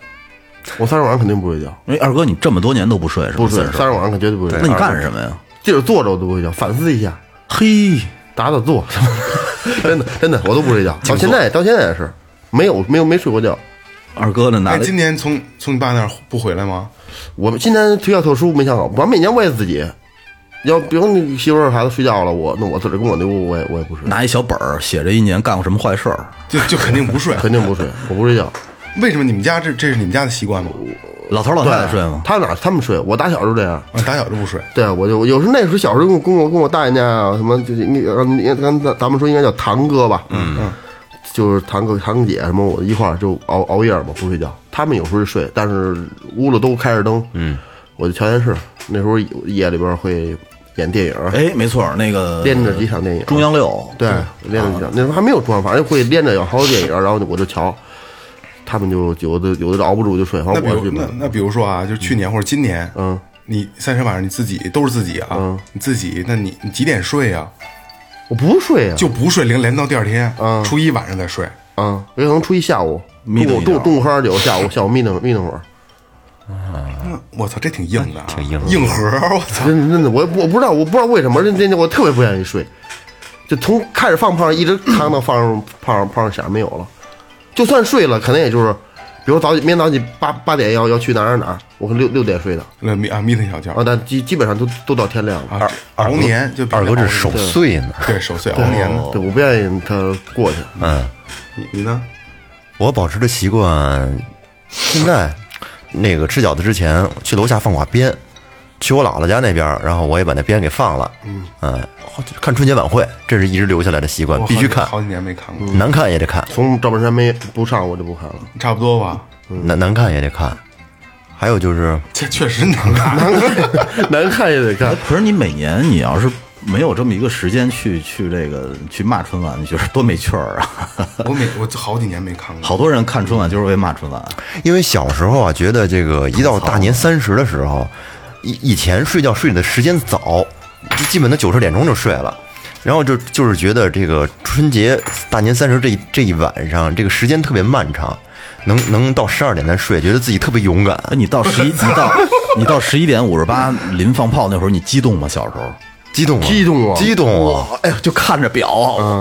Speaker 6: 我三十晚上肯定不睡觉，
Speaker 8: 因为二哥你这么多年都不睡是吧？
Speaker 6: 不睡，
Speaker 8: 三十
Speaker 6: 三十晚上肯绝对不睡觉。
Speaker 8: 那你干什么呀？
Speaker 6: 即使坐着我都不睡觉，反思一下，
Speaker 8: 嘿，
Speaker 6: 打打坐，真的真的我都不睡觉，到现在到现在也是没有没有没睡过觉。
Speaker 8: 二哥那拿
Speaker 4: 哎，
Speaker 8: 的
Speaker 4: 今年从从你爸那儿不回来吗？
Speaker 6: 我们今年学校特殊，没想好，我每年为自己。要比如你媳妇儿孩子睡觉了，我那我自个儿跟我那屋，我也我也不睡，
Speaker 8: 拿一小本儿写着一年干过什么坏事儿，
Speaker 4: 就就肯定不
Speaker 6: <laughs>
Speaker 4: 睡。
Speaker 6: 肯定不睡，我不睡觉。
Speaker 4: 为什么你们家这这是你们家的习惯吗？
Speaker 8: 老头儿老太太哦睡吗？
Speaker 6: 他哪他们睡？我打小就这样。
Speaker 4: 啊，打小就不睡。
Speaker 6: 对，我就有时候那时候小时候跟我跟我跟我大爷家啊，什么就是那呃应该咱咱咱们说应该叫堂哥吧，嗯，就是堂哥堂姐什么，我一块儿就熬熬夜嘛，不睡觉。他们有时候睡，但是屋里都开着灯，嗯，我就瞧电视。那时候夜里边会演电影，
Speaker 8: 哎，没错儿，那个
Speaker 6: 连着几场电影，
Speaker 8: 中嗯央六，
Speaker 6: 对，连着几场。那时候还没有中央，反正会连着有好多电影，然后我就瞧。他们就有的有的熬不住就睡，反
Speaker 4: 那
Speaker 6: 正
Speaker 4: 比
Speaker 6: 我
Speaker 4: 如
Speaker 6: 就
Speaker 4: 那那比如说啊，就是去年或者今年，嗯，你三十晚上你自己都是自己啊，你自己，那你你几点睡啊？
Speaker 6: 我不睡啊，
Speaker 4: 就不睡，连连到第二天，初一晚上再睡。
Speaker 6: 啊，有可能初一下午，
Speaker 8: 眯
Speaker 6: 中
Speaker 8: 瞪
Speaker 6: 午
Speaker 8: 一
Speaker 6: 中午
Speaker 8: 觉
Speaker 6: 中午喝点酒，下午下午眯瞪眯瞪会儿。
Speaker 4: 我操，这挺硬的啊，
Speaker 2: 挺硬的
Speaker 4: 硬核儿，我操！
Speaker 6: 真的真的，我我不知道，我不知道为什么，那那那我特别不愿意睡，就从开始放炮一直扛到放上放上放上响没有了，就算睡了，可能也就是，比如早起明天早起八八点要要去哪儿哪儿，我可能六六点睡的
Speaker 4: 那眯啊眯了一小觉
Speaker 6: 啊，但基基本上都都到天亮了。
Speaker 4: 啊，熬年就
Speaker 2: 二哥这手
Speaker 4: 手
Speaker 2: 碎呢。
Speaker 4: 对手碎熬哦年呢。
Speaker 6: 对，我不哦愿意他过去。
Speaker 2: 嗯，
Speaker 4: 你你呢？
Speaker 7: 我保持的习惯，现在那个吃饺子之前去楼下放把鞭，去我姥姥家那边，然后我也把那鞭给放了。嗯，看春节晚会，这是一直留下来的习惯
Speaker 4: 我，
Speaker 7: 必须
Speaker 4: 好几
Speaker 7: 看，嗯
Speaker 4: 好几年没看过，
Speaker 7: 难看也得看，
Speaker 6: 从赵本山没不上，我就不看了。
Speaker 4: 差不多吧。
Speaker 7: 难难看也得看。还有就是，
Speaker 4: 这确实难看，
Speaker 6: 难看也得看
Speaker 8: 哎。可是你每年你要是没有这么一个时间去去这个去骂春晚，你觉得多没趣儿啊！ <laughs>
Speaker 4: 我每我好几年没看过。
Speaker 8: 好多人看春晚就是为骂春晚，
Speaker 7: 因为小时候啊，觉得这个一到大年三十的时候，以以前睡觉睡的时间早，基本都九十点钟就睡了，然后就就是觉得这个春节大年三十这一这一晚上，这个时间特别漫长，能能到十二点才睡，觉得自己特别勇敢。
Speaker 8: 哎，你到
Speaker 6: <laughs>
Speaker 8: 十一，你到你到十一点五十八临放炮那会儿，你激动吗？小时候？
Speaker 7: 激动啊！
Speaker 6: 激动啊
Speaker 7: 激动啊！
Speaker 8: 哇，哎呦，就看着表，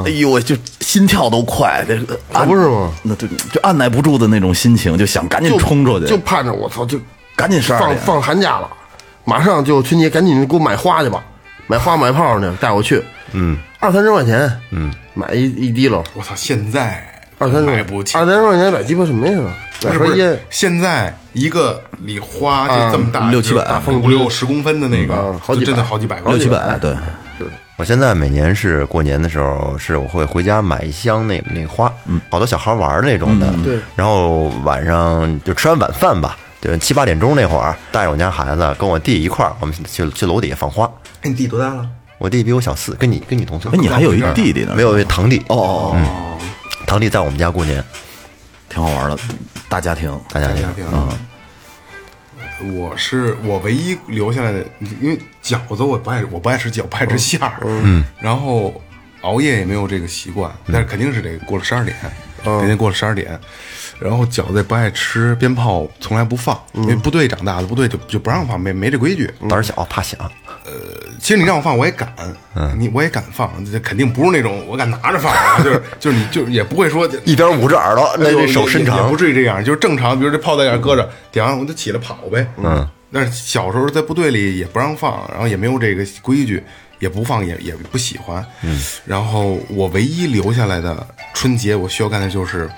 Speaker 8: 哎呦，我就心跳都快，这个
Speaker 6: 可嗯不是吗？
Speaker 8: 那就就按耐不住的那种心情，就想赶紧
Speaker 6: 就
Speaker 8: 冲出去，
Speaker 6: 就盼着我操，就
Speaker 8: 赶紧12
Speaker 6: 放
Speaker 8: 点
Speaker 6: 放寒假了，马上就春节，赶紧给我买花去吧，买花买炮去，带我去，嗯，二三十块钱，嗯，买一一滴喽，
Speaker 4: 我操，现在
Speaker 6: 二三十
Speaker 4: 买不起
Speaker 6: 二。三十块钱买鸡巴什么呀？
Speaker 4: 不
Speaker 6: 买
Speaker 4: 是
Speaker 6: 盒
Speaker 4: 不
Speaker 6: 烟
Speaker 4: 是，，现在一个礼花就这么大，
Speaker 8: 六七百
Speaker 4: 就是五六十公分的那个，
Speaker 6: 好几
Speaker 4: 就
Speaker 6: 百
Speaker 4: 真的好几百块
Speaker 8: 六
Speaker 4: 钱，
Speaker 8: 七百，对，哎
Speaker 7: 我现在每年是过年的时候，是我会回家买一箱那那花，
Speaker 8: 嗯
Speaker 7: 好多小孩玩儿那种的。
Speaker 6: 对
Speaker 7: 然后晚上就吃完晚饭吧，就是七八点钟那会儿，带着我家孩子跟我弟一块儿，我们去去楼底下放花。
Speaker 4: 哎，你弟多大了？
Speaker 7: 我弟比我小四，跟你跟你同岁
Speaker 8: 哎，。你还有一弟弟呢，
Speaker 7: 没有那堂弟
Speaker 8: 哦哦哦，
Speaker 7: 堂弟在我们家过年，
Speaker 8: 挺好玩的，大家庭，
Speaker 7: 大家也
Speaker 4: 家庭啊。我是我唯一留下来的，因为饺子我不爱，我不爱吃饺，不爱吃馅儿。嗯，然后熬夜也没有这个习惯，但是肯定是得过了十二点，肯定过了十二点。然后饺子也不爱吃，鞭炮从来不放，因为部队长大的，部队就就不让放，没没这规矩。
Speaker 7: 胆儿小怕响，
Speaker 4: 其实你让我放，我也敢，你我也敢放，这肯定不是那种我敢拿着放啊，就是 <laughs> 就是你就是也不会说
Speaker 7: 一边捂着耳朵，那
Speaker 4: 哎呦
Speaker 7: 那手伸
Speaker 4: 也也
Speaker 7: 长
Speaker 4: 不，至于这样，就是正常，比如这炮弹要搁着，点完我就起来跑呗。嗯，但是小时候在部队里也不让放，然后也没有这个规矩，也不放，也也不喜欢。嗯，然后我唯一留下来的春节，我需要干的就是。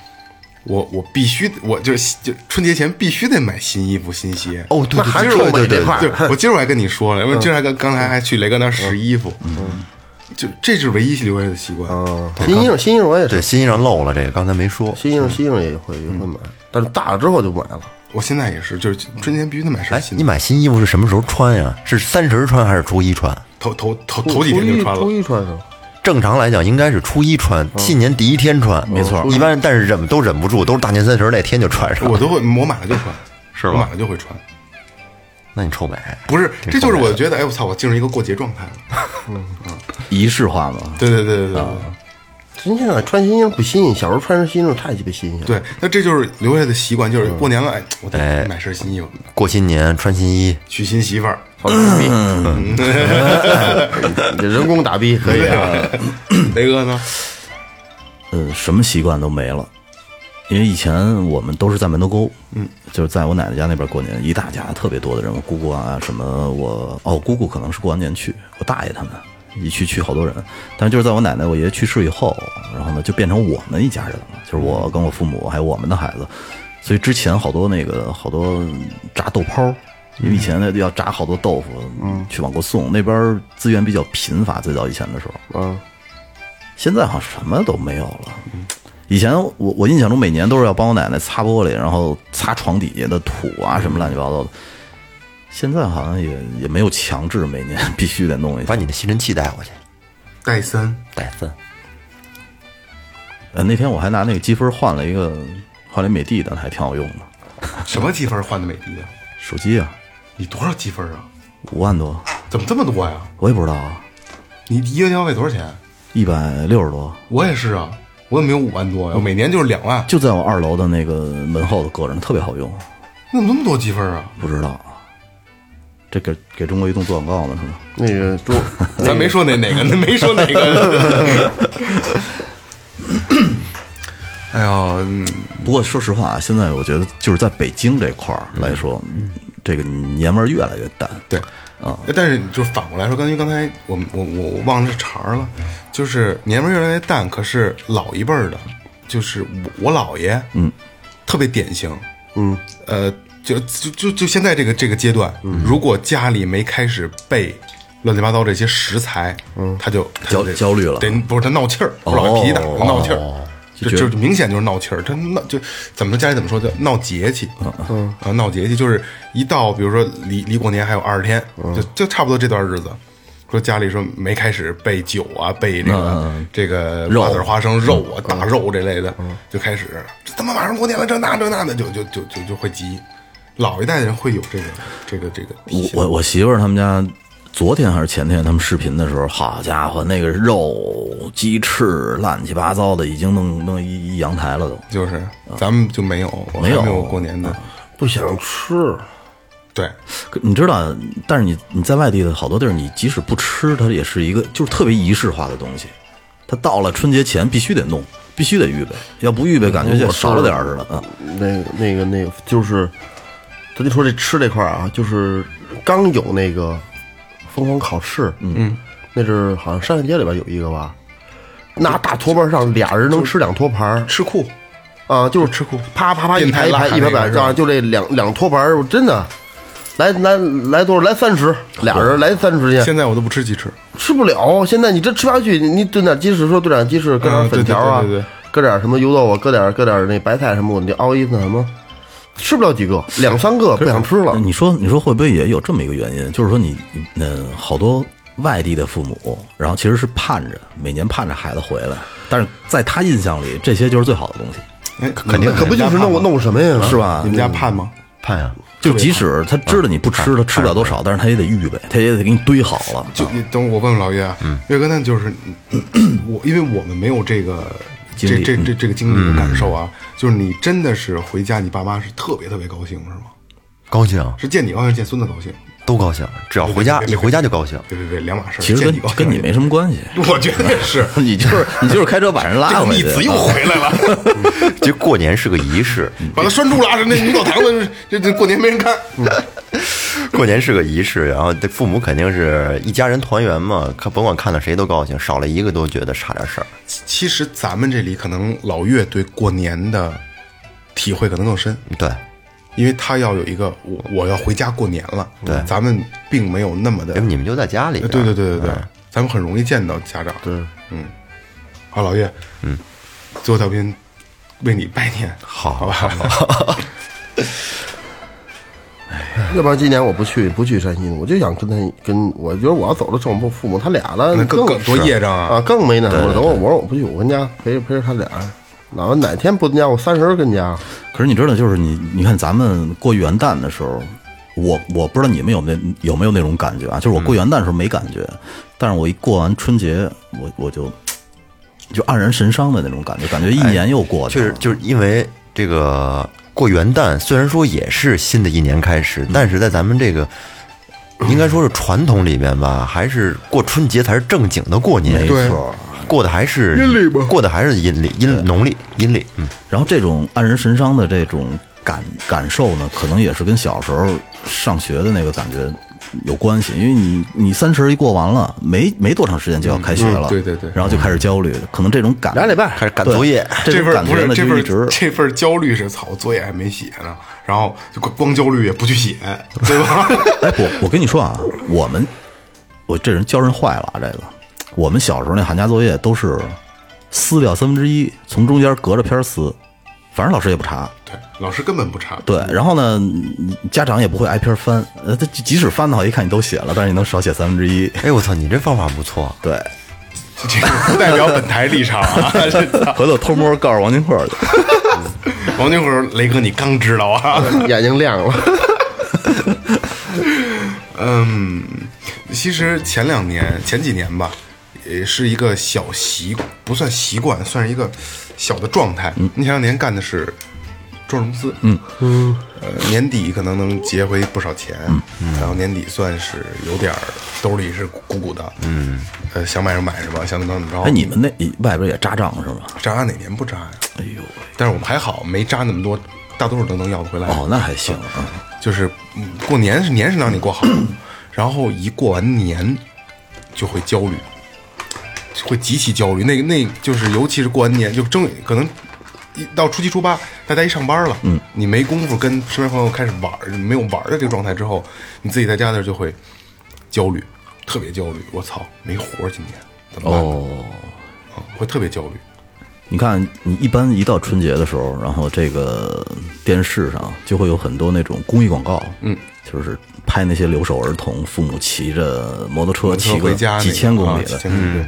Speaker 4: 我我必须，我就是就春节前必须得买新衣服、新鞋。
Speaker 7: 哦对嗯
Speaker 6: 那还是我买这块
Speaker 4: 对，我今儿我还跟你说了，因为今儿还跟刚才还去雷哥那儿试衣服，就这是唯一留下的习惯。
Speaker 7: 哦
Speaker 6: 新衣裳，新衣裳我也
Speaker 7: 对，
Speaker 6: 是，
Speaker 7: 新衣裳漏了这个，刚才没说。
Speaker 6: 新衣裳，新衣裳也会也会买，但是大了之后就不买了。
Speaker 4: 我现在也是，就是春节必须得买身
Speaker 7: 哎，
Speaker 4: 新的。
Speaker 7: 你买新衣服是什么时候穿呀？是三十穿还是初一穿？
Speaker 4: 头头头头几天
Speaker 6: 初一
Speaker 4: 就穿了
Speaker 6: 初，一穿上，
Speaker 7: 正常来讲应该是初一穿，
Speaker 4: 嗯
Speaker 7: 新年第一天穿，没错。一般但是忍都忍不住，都是大年三十那天就穿上。
Speaker 4: 我都会我买了就穿，
Speaker 7: 是吧
Speaker 4: 我买了就会穿。
Speaker 7: 那
Speaker 4: 嗯
Speaker 7: 你臭美，
Speaker 4: 不是，
Speaker 7: 挺
Speaker 4: 这就是
Speaker 7: 好的
Speaker 4: 我觉得，哎，我操，我进入一个过节状态了。
Speaker 8: 仪式化嘛。
Speaker 4: 对对对对对
Speaker 6: 新衣裳啊穿新衣裳不新鲜，小时候穿上新衣裳太鸡巴新鲜了。
Speaker 4: 对，那这就是留下的习惯，就是过年了，哎，我得买身新衣服，
Speaker 7: 过新年穿新衣，
Speaker 4: 娶新媳妇儿。
Speaker 6: 好牛逼！ <laughs> 你这嗯人工打逼可以啊，
Speaker 4: 雷哥呢？
Speaker 8: 呃，什么习惯都没了，因为以前我们都是在门头沟，嗯，就是在我奶奶家那边过年，一大家特别多的人，我姑姑啊什么我哦，我姑姑可能是过完年去，我大爷他们一去去好多人，但是就是在我奶奶我爷爷去世以后，然后呢就变成我们一家人了，就是我跟我父母还有我们的孩子，所以之前好多那个好多炸豆泡儿。因为以前呢要炸好多豆腐，嗯，去往过送，那边儿资源比较贫乏，最早以前的时候，
Speaker 6: 嗯，
Speaker 8: 现在好像什么都没有了。以前我我印象中每年都是要帮我奶奶擦玻璃，然后擦床底下的土啊什么乱七八糟的。现在好像也也没有强制每年必须得弄一
Speaker 7: 把
Speaker 8: 下。
Speaker 7: 你的吸尘器带过去，
Speaker 4: 戴森，
Speaker 7: 带分。
Speaker 8: 呃，那天我还拿那个积分换了一个换了一美的，但还挺好用的。
Speaker 4: 什么积分换的美的啊？
Speaker 8: 手机啊，
Speaker 4: 你多少积分啊？
Speaker 8: 五万多，
Speaker 4: 怎么这么多呀？
Speaker 8: 我也不知道啊，
Speaker 4: 你一个电话费多少钱？
Speaker 8: 一百六十多，
Speaker 4: 我也是啊，我也没有五万多呀，我每年就是两万，
Speaker 8: 就在我二楼的那个门后头搁着呢，特别好用。
Speaker 4: 那怎么那么多积分啊？
Speaker 8: 不知道，这给给中国移动做广告呢是吗？
Speaker 6: 那个中
Speaker 4: 咱没说那哪个，没说哪个。 <laughs> 哎呦，嗯
Speaker 8: 不过说实话啊，现在我觉得就是在北京这块儿来说，这个年味儿越来越淡。
Speaker 4: 对，啊，但是就是反过来说，刚才刚才我们我我我忘了这茬儿了，就是年味儿越来越淡，可是老一辈儿的，就是我我姥爷，嗯，特别典型，嗯，呃，就就就就现在这个这个阶段，如果家里没开始备。乱七八糟这些食材，嗯，他就他就
Speaker 8: 焦
Speaker 4: 得
Speaker 8: 焦虑了
Speaker 4: 得不是他闹气儿，我
Speaker 8: 哦
Speaker 4: 姥爷脾气大，他闹气儿，就
Speaker 8: 就觉
Speaker 4: 啊就
Speaker 8: 得
Speaker 4: 就明显就是闹气儿，他闹就怎么说家里怎么说叫闹节气，嗯啊闹节气就是一到比如说离离过年还有二十天，
Speaker 6: 嗯
Speaker 4: 就就差不多这段日子，说家里说没开始备酒啊，备
Speaker 6: 嗯
Speaker 4: 这个这个
Speaker 8: 肉
Speaker 4: 瓜子儿花生肉啊大肉这类的，
Speaker 6: 嗯
Speaker 4: 就开始这他妈马上过年了，这那这那的就就就就就会急，老一代的人会有这个这个这个
Speaker 8: 我
Speaker 4: 体现，
Speaker 8: 我我媳妇儿他们家昨天还是前天，他们视频的时候，好家伙，那个肉、鸡翅乱七八糟的，已经弄弄一一阳台了都。
Speaker 4: 就是
Speaker 6: 嗯
Speaker 4: 咱们就没有我还
Speaker 8: 没有
Speaker 4: 没有过年的，
Speaker 6: 不想吃，
Speaker 4: 对
Speaker 8: 可你知道，但是你你在外地的好多地儿，你即使不吃，它也是一个就是特别仪式化的东西。它到了春节前必须得弄，必须得预备，要不预备感觉就少了点儿似的。嗯，
Speaker 6: 那个那个那个就是，咱就说这吃这块儿啊，就是刚有那个疯狂考试，嗯，那是好像商业街里边有一个吧，拿大托盘上俩人能吃两托盘儿
Speaker 4: 吃库
Speaker 6: 啊，就是吃库，啪啪啪一
Speaker 4: 变态
Speaker 6: 排一排
Speaker 4: 拉
Speaker 6: 一排
Speaker 4: 那个
Speaker 6: 摆
Speaker 4: 是吧
Speaker 6: 上，就这两两托盘儿，我真的。来来来多少？来三十，俩人来三十去，
Speaker 4: 现在我都不吃鸡翅，
Speaker 6: 吃不了。现在你真吃不下去，你你炖点鸡翅，说炖点鸡翅，搁点
Speaker 4: 嗯
Speaker 6: 粉条啊
Speaker 4: 对对对对对，
Speaker 6: 搁点什么油豆啊，搁点搁点那白菜什么，我就熬一那什么，吃不了几个，两三个不想吃了
Speaker 8: 那。你说，你说会不会也有这么一个原因？就是说你，你呃，好多外地的父母，然后其实是盼着每年盼着孩子回来，但是在他印象里，这些就是最好的东西。
Speaker 4: 哎，肯定
Speaker 6: 可不就是弄个弄个什么呀？
Speaker 8: 是吧
Speaker 4: 你们家盼吗？
Speaker 7: 盼呀、
Speaker 8: 就即使他知道你不吃，他吃不了多少，但是他也得预备，他也得给你堆好了。
Speaker 4: 就你等我问问老岳啊，岳哥，那就是 <clears throat> 嗯我，因为我们没有这个
Speaker 8: 经
Speaker 4: 这
Speaker 8: 历嗯
Speaker 4: 这这这个经历和感受啊，就是你真的是回家，你爸妈是特别特别高兴，是吗？
Speaker 7: 高兴啊
Speaker 4: 是见你高兴，见孙子高兴？
Speaker 7: 都高兴，只要回家
Speaker 4: 别别别
Speaker 7: 一回家就高
Speaker 4: <laughs>
Speaker 7: 兴。
Speaker 4: 别别别，两码事儿。
Speaker 8: 其实
Speaker 4: 见
Speaker 8: 跟
Speaker 4: 你高兴
Speaker 8: 跟你没什么关系，
Speaker 4: <laughs> 我觉得是。
Speaker 8: <laughs> 你就是你就是开车把人
Speaker 4: 这
Speaker 8: 拉
Speaker 4: 个
Speaker 8: 回
Speaker 4: 逆
Speaker 8: <laughs> 去。啊
Speaker 4: 子又回来
Speaker 8: <laughs>
Speaker 4: 了，
Speaker 7: 这过年是个仪式，
Speaker 4: 把他拴住了啊！这那女澡堂子，这这过年没人看。
Speaker 8: 嗯
Speaker 7: 过年是个仪式，然后这父母肯定是一家人团圆嘛，看甭管看到谁都高兴，少了一个都觉得差点事儿。
Speaker 4: 其实咱们这里可能老岳对过年的体会可能更深，
Speaker 7: 对，
Speaker 4: 因为他要有一个我我要回家过年了。对，咱们并没有那么的呃
Speaker 8: 哎
Speaker 7: 要不你们就在家里边。
Speaker 4: 对对对对对，咱们很容易见到家长。
Speaker 6: 对，
Speaker 4: 嗯，好，老岳，嗯，最后调频为你拜年，
Speaker 7: 好
Speaker 4: 好吧？ <laughs>
Speaker 6: 要不然今年我不去不去山西了，我就想跟他跟我觉得我要走了，剩我父父母他俩了，
Speaker 4: 那更
Speaker 6: 更
Speaker 4: 更多业障啊
Speaker 6: 啊，更没那什么了。等我我说我不去，我跟家陪着陪着他俩，哪怕哪天不跟家，我三十儿跟家，
Speaker 8: 可是你知道，就是你，你看咱们过元旦的时候，我我不知道你们有没有有没有那种感觉啊？就是我过元旦的时候没感觉，但是我一过完春节，我我就就黯然神伤的那种感觉，感觉一年又过去
Speaker 7: 确
Speaker 8: 了。
Speaker 7: 实就是因为这个过元旦，虽然说也是新的一年开始，但是在咱们这个应该说是传统里面吧，还是过春节才是正经的过
Speaker 4: 哎
Speaker 7: 年，
Speaker 8: 没
Speaker 7: 错，过的还是阴历吧，过的还是阴历阴农历阴历，嗯，
Speaker 8: 然后这种黯然神伤的这种感感受呢，可能也是跟小时候上学的那个感觉有关系，因为你你三十一过完了，没没多长时间就要开学了，
Speaker 4: 嗯对对对
Speaker 8: 然后就开始焦虑，可能这种感
Speaker 6: 俩礼拜
Speaker 7: 开始赶
Speaker 8: 对
Speaker 7: 作业，
Speaker 8: 这
Speaker 4: 这
Speaker 8: 种
Speaker 4: 份儿
Speaker 8: 感
Speaker 4: 不
Speaker 8: 觉
Speaker 4: 是
Speaker 8: 呢
Speaker 4: 这
Speaker 8: 就
Speaker 4: 份
Speaker 8: 一直
Speaker 4: 儿这份儿焦虑是操，作业还没写呢，然后就光光焦虑也不去
Speaker 8: <laughs>
Speaker 4: 写，对吧？
Speaker 8: 哎，我我跟你说啊，我们我这人教人坏了啊，这个我们小时候那寒假作业都是撕掉三分之一，从中间隔着片儿撕，反正老师也不查。
Speaker 4: 对，老师根本不查。
Speaker 8: 对，然后呢，嗯家长也不会挨篇儿翻，呃，他即使翻的话，一看你都写了，但是你能少写三分之一。
Speaker 7: 哎，我操，你这方法不错，
Speaker 8: 对，
Speaker 4: 这个不代表本台立场啊！ <laughs> 这
Speaker 8: 回头偷摸告诉王金贵去。 <laughs>
Speaker 4: 王金辉，雷哥，你刚知道啊？
Speaker 6: 眼睛亮
Speaker 4: <laughs>
Speaker 6: 了。
Speaker 4: 嗯，其实前两年、前几年吧，也是一个小习，不算习惯，算是一个小的状态。嗯，前两年干的是装融资，嗯呃，年底可能能结回不少钱，然后年底算是有点儿兜里是鼓鼓的，嗯，呃，想买就买是吧？想怎么着怎么着？
Speaker 8: 哎，你们那外边也扎账是吗？
Speaker 4: 扎哪年不扎呀？
Speaker 8: 哎呦喂，
Speaker 4: 但是我们还好，没扎那么多，大多数都能要得回来。
Speaker 8: 哦，那还行啊。
Speaker 4: 就是嗯过年是年是让你过好，
Speaker 8: <clears throat>
Speaker 4: 然后一过完年就会焦虑，会极其焦虑。那个那就是尤其是过完年，就正可能一到初七初八，大家一上班了，嗯，你没工夫跟身边朋友开始玩儿，没有玩儿的这个状态之后，你自己在家的时候就会焦虑，特别焦虑。我操，没活儿今年怎么办？
Speaker 8: 哦，
Speaker 4: 嗯会特别焦虑。
Speaker 8: 你看，你一般一到春节的时候，然后这个电视上就会有很多那种公益广告，嗯，就是拍那些留守儿童，父母骑着摩托车
Speaker 4: 我车
Speaker 8: 骑个
Speaker 4: 回家那个
Speaker 8: 几千公
Speaker 4: 啊
Speaker 8: 里
Speaker 4: 几
Speaker 8: 的，嗯
Speaker 4: 千公里。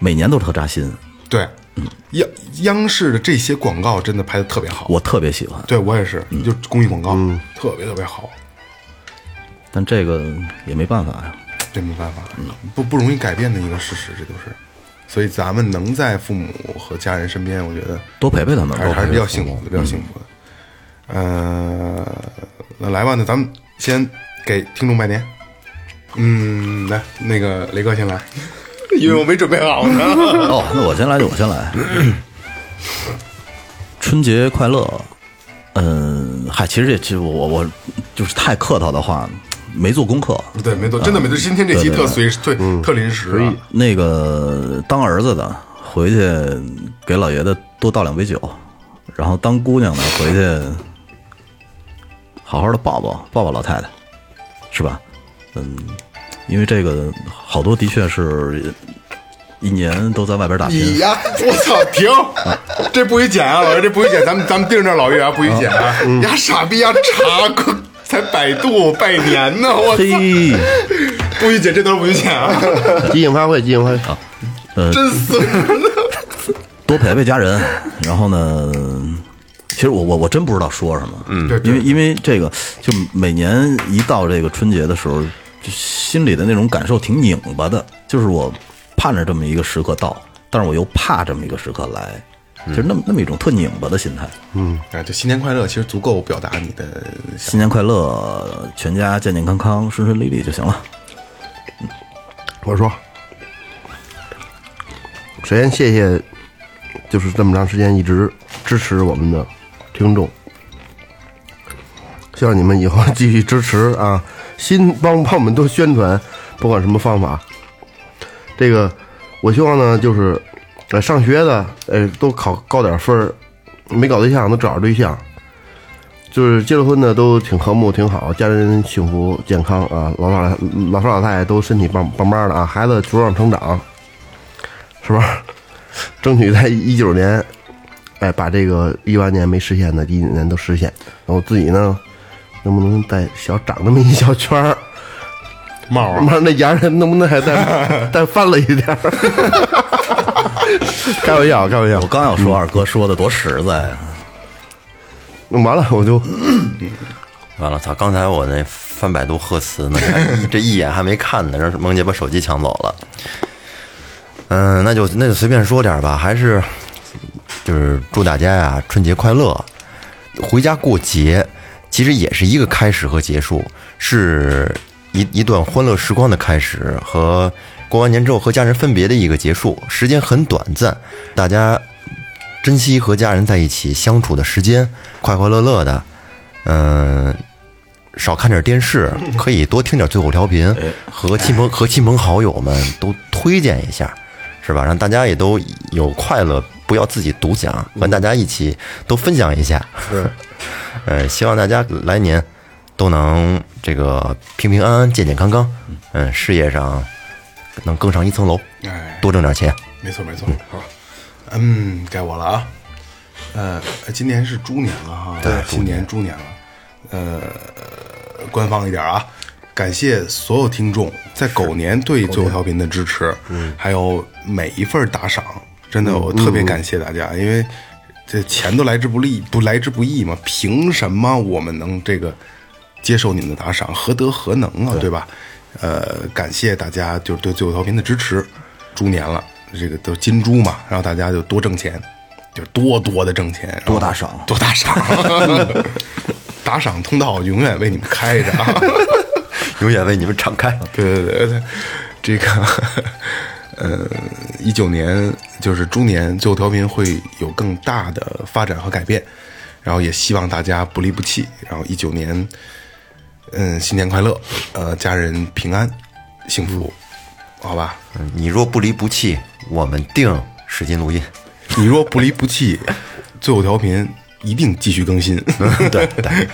Speaker 8: 每年都特扎心，
Speaker 4: 对，
Speaker 8: 嗯
Speaker 4: 央央视的这些广告真的拍的特别好。
Speaker 8: 我特别喜欢。
Speaker 4: 对我也是，
Speaker 8: 嗯
Speaker 4: 就公益广告，特别特别好，
Speaker 8: 但这个也没办法呀、
Speaker 4: 这没办法，不不容易改变的一个事实，这都是。所以咱们能在父母和家人身边，我觉得
Speaker 8: 多陪陪他们
Speaker 4: 还是
Speaker 8: 多陪陪
Speaker 4: 还是比较幸福的，比较幸福的。呃，那来吧，那咱们先给听众拜年。嗯，来，那个雷哥先来， <laughs> 因为我没准备好呢。
Speaker 8: 哦，那我先来，我先
Speaker 4: <clears throat>
Speaker 8: 来。春节快乐。嗯，嗨，其实也其实我我我就是太客套的话，没做功课。
Speaker 4: 对，没错，真的没错。今天这期
Speaker 8: 啊对对嗯
Speaker 4: 特随，特特临时啊，
Speaker 8: 那个当儿子的回去给老爷子多倒两杯酒，然后当姑娘的回去好好的抱抱抱抱老太太，是吧？嗯，因为这个好多的确是一年都在外边打拼
Speaker 4: 你，呀， <laughs> 我操！停，这不许剪啊，老岳，这不许剪，咱们咱们盯着老岳啊，不许剪啊！呀，傻逼呀，查过才百度拜年呢，我操！
Speaker 8: 嘿，
Speaker 4: 不许剪，这都不许剪啊！
Speaker 6: 即兴发挥，即兴发挥，
Speaker 4: 真损人
Speaker 8: 多陪陪家人。然后呢，其实我我我真不知道说什么，嗯，因为因为这个，就每年一到这个春节的时候，就心里的那种感受挺拧巴的，就是我盼着这么一个时刻到，但是我又怕这么一个时刻来，就是那么那么一种特拧巴的心态。
Speaker 4: 啊！就新年快乐，其实足够表达你的
Speaker 8: 新年快乐，全家健健康康、顺顺利利就行了。
Speaker 6: 我说，首先谢谢，就是这么长时间一直支持我们的听众，希望你们以后继续支持啊， <laughs> 新帮帮我们多宣传，不管什么方法。这个我希望呢，就是呃上学的，呃都考高点分儿没搞对象都找着对象，就是结了婚的都挺和睦，挺好，家人幸福健康啊，老少老少老太太都身体棒棒棒的啊，孩子茁壮成长，是吧？ <laughs> 争取在一九年，哎，把这个一八年没实现的，一九年都实现。然后自己呢，能不能再小长那么一小圈儿？
Speaker 4: 帽儿
Speaker 6: 妈，那牙人能不能还再再翻了一点儿？ <laughs> 开玩笑，开玩笑
Speaker 8: 我。刚要说二哥说的多实在啊，
Speaker 6: 完了，我就
Speaker 7: 完了，操！刚才我那翻百度贺词呢， <laughs> 这这一眼还没看呢，让萌姐把手机抢走了。嗯，那就那就随便说点儿吧，还是就是祝大家呀、春节快乐，回家过节，其实也是一个开始和结束，是一一段欢乐时光的开始和过完年之后和家人分别的一个结束，时间很短暂，大家珍惜和家人在一起相处的时间，快快乐乐的，嗯，少看点电视，可以多听点最后调频，和亲朋和亲朋好友们都推荐一下，是吧？让大家也都有快乐，不要自己独享，和大家一起都分享一下。嗯是， <laughs> 呃，希望大家来年都能这个平平安安、健健康康，嗯，事业上能更上一层楼，
Speaker 4: 哎，
Speaker 7: 多挣点钱。
Speaker 4: 没错没错，好吧，嗯，该我了啊，呃，今年是猪年了哈，对，今年猪年了，呃，官方一点啊，感谢所有听众在狗年对最后调频的支持，嗯，还有每一份打赏，真的我特别感谢大家，因为这钱都来之不利不来之不易嘛，凭什么我们能这个接受你们的打赏，何德何能啊，对吧？呃，感谢大家就是对最后调频的支持，猪年了，这个都金猪嘛，然后大家就多挣钱，就多多的挣钱，多
Speaker 8: 打赏
Speaker 4: 多打赏， <laughs> 打赏通道永远为你们开着啊！
Speaker 7: 永远为你们敞开。
Speaker 4: 对对对对，这个 <laughs> 呃，一九年就是猪年，最后调频会有更大的发展和改变，然后也希望大家不离不弃，然后一九年，嗯，新年快乐，呃，家人平安幸福，好吧？
Speaker 7: 嗯你若不离不弃，我们定使劲录音。
Speaker 4: 你若不离不弃，最后调频一定继续更新。 <laughs>
Speaker 7: 对对。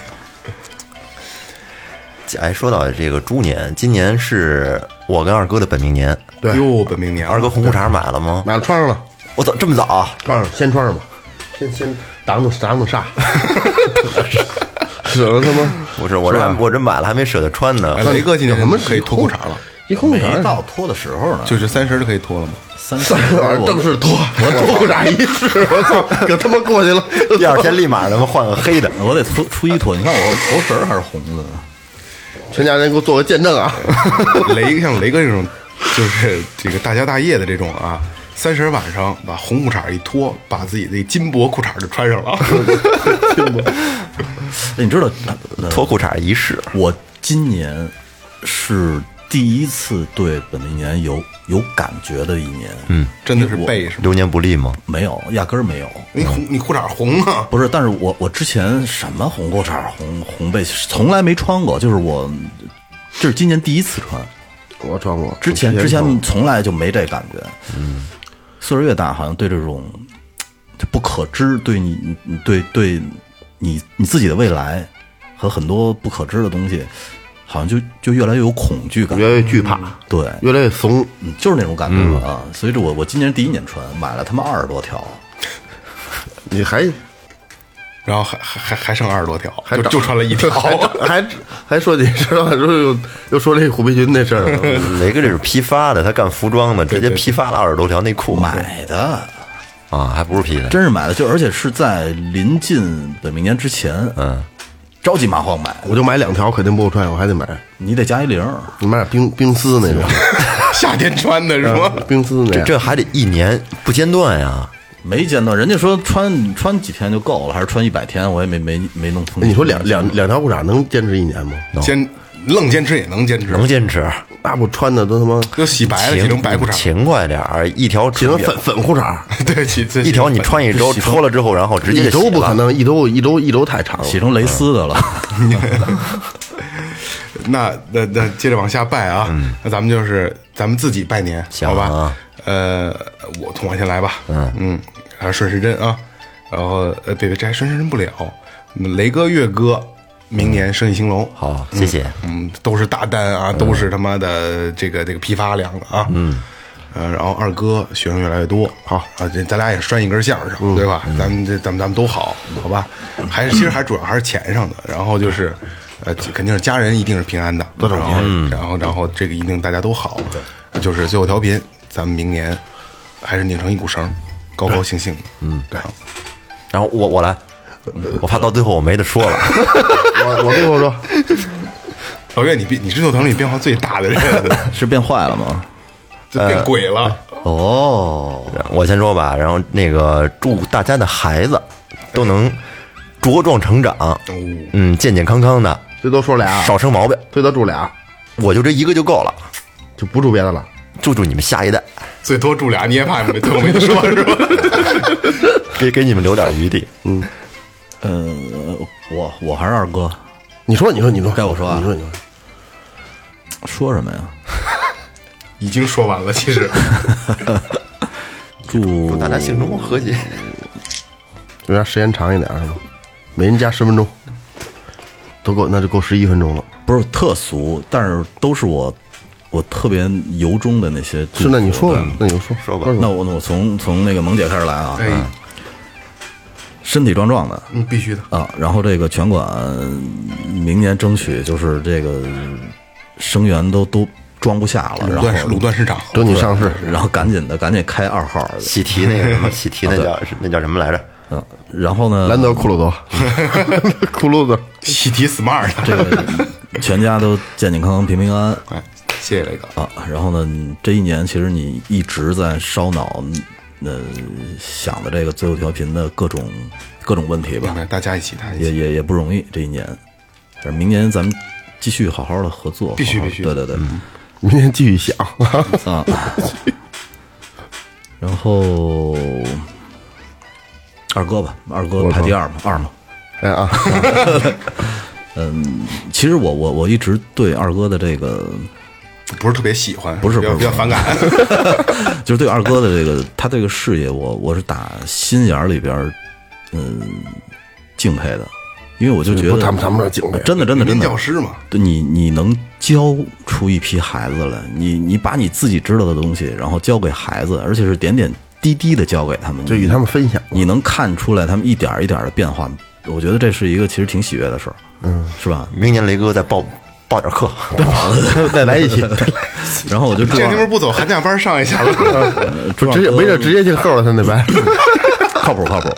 Speaker 7: 哎，说到这个猪年，今年是我跟二哥的本命年。
Speaker 4: 哟，本命年
Speaker 7: 二哥红裤衩买了吗？
Speaker 6: 买了穿上了，
Speaker 7: 我操，这么早？啊
Speaker 6: 穿上先穿上吧，先先挡挡挡挡煞，舍得他妈
Speaker 7: 不是，我这我这买了还没舍得穿呢
Speaker 4: 哎。雷哥今
Speaker 6: 有
Speaker 4: 年
Speaker 6: 什么
Speaker 4: 可以脱裤衩了，
Speaker 6: <laughs> 一空
Speaker 8: 没
Speaker 6: 衩
Speaker 8: 到脱的时候呢，
Speaker 4: 就是三十就可以脱了吗？
Speaker 8: 三十
Speaker 6: 儿正式脱，我脱裤衩一试，我操，给他妈过去了。 <laughs>
Speaker 7: 第二天立马他妈换个黑的。
Speaker 8: 我得初初一脱，你看我头绳儿还是红的呢，
Speaker 6: 全家人给我做个见证啊！
Speaker 4: <laughs> 雷像雷哥这种，就是这个大家大业的这种啊，三十晚上把红裤衩一脱，把自己的金箔裤衩就穿上了。
Speaker 8: 哎你知道呃
Speaker 7: <laughs> 脱裤衩一试，
Speaker 8: 我今年是第一次对本命年有有感觉的一年，嗯，
Speaker 4: 真的是背是吗？
Speaker 7: 流年不利 <laughs> 吗？
Speaker 8: 没有，压根儿没有。
Speaker 4: 你红你裤衩红啊？
Speaker 8: 不是，但是我我之前什么红裤衩、红红背从来没穿过，就是我这是今年第一次穿，
Speaker 6: 我穿过，
Speaker 8: 之前
Speaker 6: 我
Speaker 8: 之
Speaker 6: 穿过
Speaker 8: 前从来就没这感觉。嗯，岁数越大，好像对这种就不可知，对你你对对你你自己的未来和很多不可知的东西，好像就就越来越有恐惧感，
Speaker 6: 越来越惧怕，
Speaker 8: 对，
Speaker 6: 越来越怂。
Speaker 8: 嗯就是那种感觉了啊。所以这我我今年第一年穿，买了他妈二十多条，
Speaker 6: 你还
Speaker 4: 然后还还还还剩二十多条，
Speaker 6: 还
Speaker 4: 就
Speaker 6: 长
Speaker 4: 就穿了一条。
Speaker 6: 还
Speaker 4: <laughs>
Speaker 6: 还说你知道，说又又说这虎皮裙那事儿了，
Speaker 7: 雷哥这是批发的，他干服装的，直接批发了二十多条内裤。
Speaker 8: 买的。
Speaker 7: 啊，还不是批的。
Speaker 8: 真是买了，就而且是在临近本命年之前，嗯，着急忙慌买，
Speaker 6: <laughs> 我就买两条，肯定不够穿，我还得买，
Speaker 8: 你得加一零儿。
Speaker 6: 你买点冰冰丝那种，
Speaker 4: 夏天穿的是吗？
Speaker 6: <laughs> 冰丝那
Speaker 7: 这
Speaker 6: 样。
Speaker 7: 这还得一年不间断呀。
Speaker 8: 没间断，人家说穿穿几天就够了，还是穿一百天，我也没没没弄通。
Speaker 6: 你说两
Speaker 8: <laughs>
Speaker 6: 两两条裤衩能坚持一年吗？
Speaker 4: 坚愣坚持也能坚持，
Speaker 7: 能坚持，
Speaker 6: 那我穿的都他妈
Speaker 4: 就洗白了，洗成
Speaker 7: 勤
Speaker 4: 白裤衩。
Speaker 7: 勤快点儿，一条
Speaker 6: 起成粉粉裤衩，
Speaker 4: 对，洗这
Speaker 7: 一条你穿一周，脱了之后，然后直接就
Speaker 6: 一
Speaker 7: 洗
Speaker 6: 周不可
Speaker 7: 了。
Speaker 6: 能，一周一周一周太长了。
Speaker 8: 洗成蕾丝的了，
Speaker 4: 那那那接着往下拜啊，那咱们就是咱们自己拜年，
Speaker 7: 嗯行
Speaker 4: 好吧？
Speaker 7: 啊
Speaker 4: 呃，我从我先来吧，嗯嗯，还是顺时针啊，然后呃，别别，这还顺时针不了，雷哥、岳哥，明年生意兴隆。
Speaker 7: 嗯好，谢谢。
Speaker 4: 嗯，都是大单啊，都是他妈的这个这个批发量的啊。嗯，呃，然后二哥学生越来越多啊啊，这咱俩也拴一根相声，对吧？咱们这咱们咱们都好，好吧？还是其实还主要还是钱上的，然后就是。呃，肯定是家人一定是平安的，然后然后然后这个一定大家都好，就是最后调频，咱们明年还是拧成一股绳，高高兴兴的，嗯，对，
Speaker 7: 然后我我来，我怕到最后我没得说了。
Speaker 6: 我我最后说，
Speaker 4: 老岳，你变你是六堂里变化最大 <laughs> 的人，
Speaker 8: <laughs> 是变坏了吗？
Speaker 4: 就变鬼了。
Speaker 8: 哦，
Speaker 7: 我先说吧，然后那个祝大家的孩子都能茁壮成长，嗯，健健康康的，
Speaker 6: 最多说俩，
Speaker 7: 少生毛病。
Speaker 6: 最多住俩，
Speaker 7: 我就这一个就够了，
Speaker 6: 就不住别的了。
Speaker 7: 祝祝你们下一代，
Speaker 4: 最多住俩，你也怕你们最后没得说是吧？
Speaker 7: 给给你们留点余地。
Speaker 8: <laughs> 呃，我我还是二哥，
Speaker 6: 你说，你说，你说，
Speaker 8: 该我说啊
Speaker 6: 你说，你说，
Speaker 8: 说什么呀？
Speaker 4: 已经说完了，其
Speaker 8: <laughs>
Speaker 4: 实
Speaker 8: 祝
Speaker 7: 大家心中和解。
Speaker 6: 就让时间长一点是吗？每人加十分钟，都够，那就够十一分钟了。
Speaker 8: 不是特俗，但是都是我我特别由衷的那些祝福。
Speaker 6: 是，那你说吧
Speaker 8: 对，
Speaker 6: 那你就说
Speaker 7: 说吧
Speaker 8: 那我那我从从那个萌姐开始来啊，
Speaker 4: 哎
Speaker 8: 嗯身体壮壮的
Speaker 4: 你必须的，
Speaker 8: 啊，然后这个拳馆明年争取就是这个生源都都装不下
Speaker 6: 嗯
Speaker 4: 垄
Speaker 8: 了，然
Speaker 4: 断市
Speaker 8: 后
Speaker 4: 垄断市场，
Speaker 6: 等你上市，
Speaker 8: 然后赶紧的赶紧开二号，
Speaker 7: 喜提那个什么，喜提那叫是那叫什么来着？
Speaker 8: 嗯，然后呢，
Speaker 6: 兰德库鲁多，库鲁多，
Speaker 4: <laughs> 喜提 smart，
Speaker 8: 这个全家都健健康康、平平安安。
Speaker 4: <laughs> 哎，谢谢雷哥，
Speaker 8: 啊，然后呢，这一年其实你一直在烧脑，呃，想的这个最后调频的各种各种问题吧，
Speaker 4: 大家一起，大家一
Speaker 8: 也
Speaker 4: 起，
Speaker 8: 也也不容易这一年。但是明年咱们继续好好的合作，
Speaker 4: 必须
Speaker 8: 好好
Speaker 4: 必须
Speaker 8: 对对对，
Speaker 6: 嗯明天继续想。
Speaker 8: <laughs> 啊。然后二哥吧，二哥排第二嘛，二嘛。
Speaker 6: 哎啊，
Speaker 8: 其实我我我一直对二哥的这个
Speaker 4: 不是特别喜欢，
Speaker 8: 不是
Speaker 4: 比较
Speaker 8: 不
Speaker 4: 比
Speaker 8: 是
Speaker 4: 较反感，
Speaker 8: 就是对二哥的这个他这个事业，我我是打心眼儿里边儿，嗯，敬佩的，因为我就觉得
Speaker 6: 不谈不谈不上敬佩
Speaker 8: 真的 <laughs> 真的真
Speaker 4: 民 <laughs>
Speaker 8: 的
Speaker 4: 教，师嘛，
Speaker 8: 对你你能教出一批孩子来，你你把你自己知道的东西，然后教给孩子，而且是点点滴滴的教给他们，
Speaker 6: 就与他们分享。
Speaker 8: 你能看出来他们一点儿一点儿的变化，我觉得这是一个其实挺喜悦的事儿，嗯，是吧？
Speaker 7: 明年雷哥再报报点课，
Speaker 6: 再来一期，
Speaker 8: 然后我就呃祝
Speaker 4: 这
Speaker 8: 二
Speaker 4: 哥们儿不走寒假班上一下
Speaker 8: <laughs>
Speaker 4: 吧，
Speaker 8: 祝二
Speaker 6: 直接
Speaker 8: 哥
Speaker 6: 没事直接进后了，他那白。
Speaker 8: <laughs> 靠谱靠谱。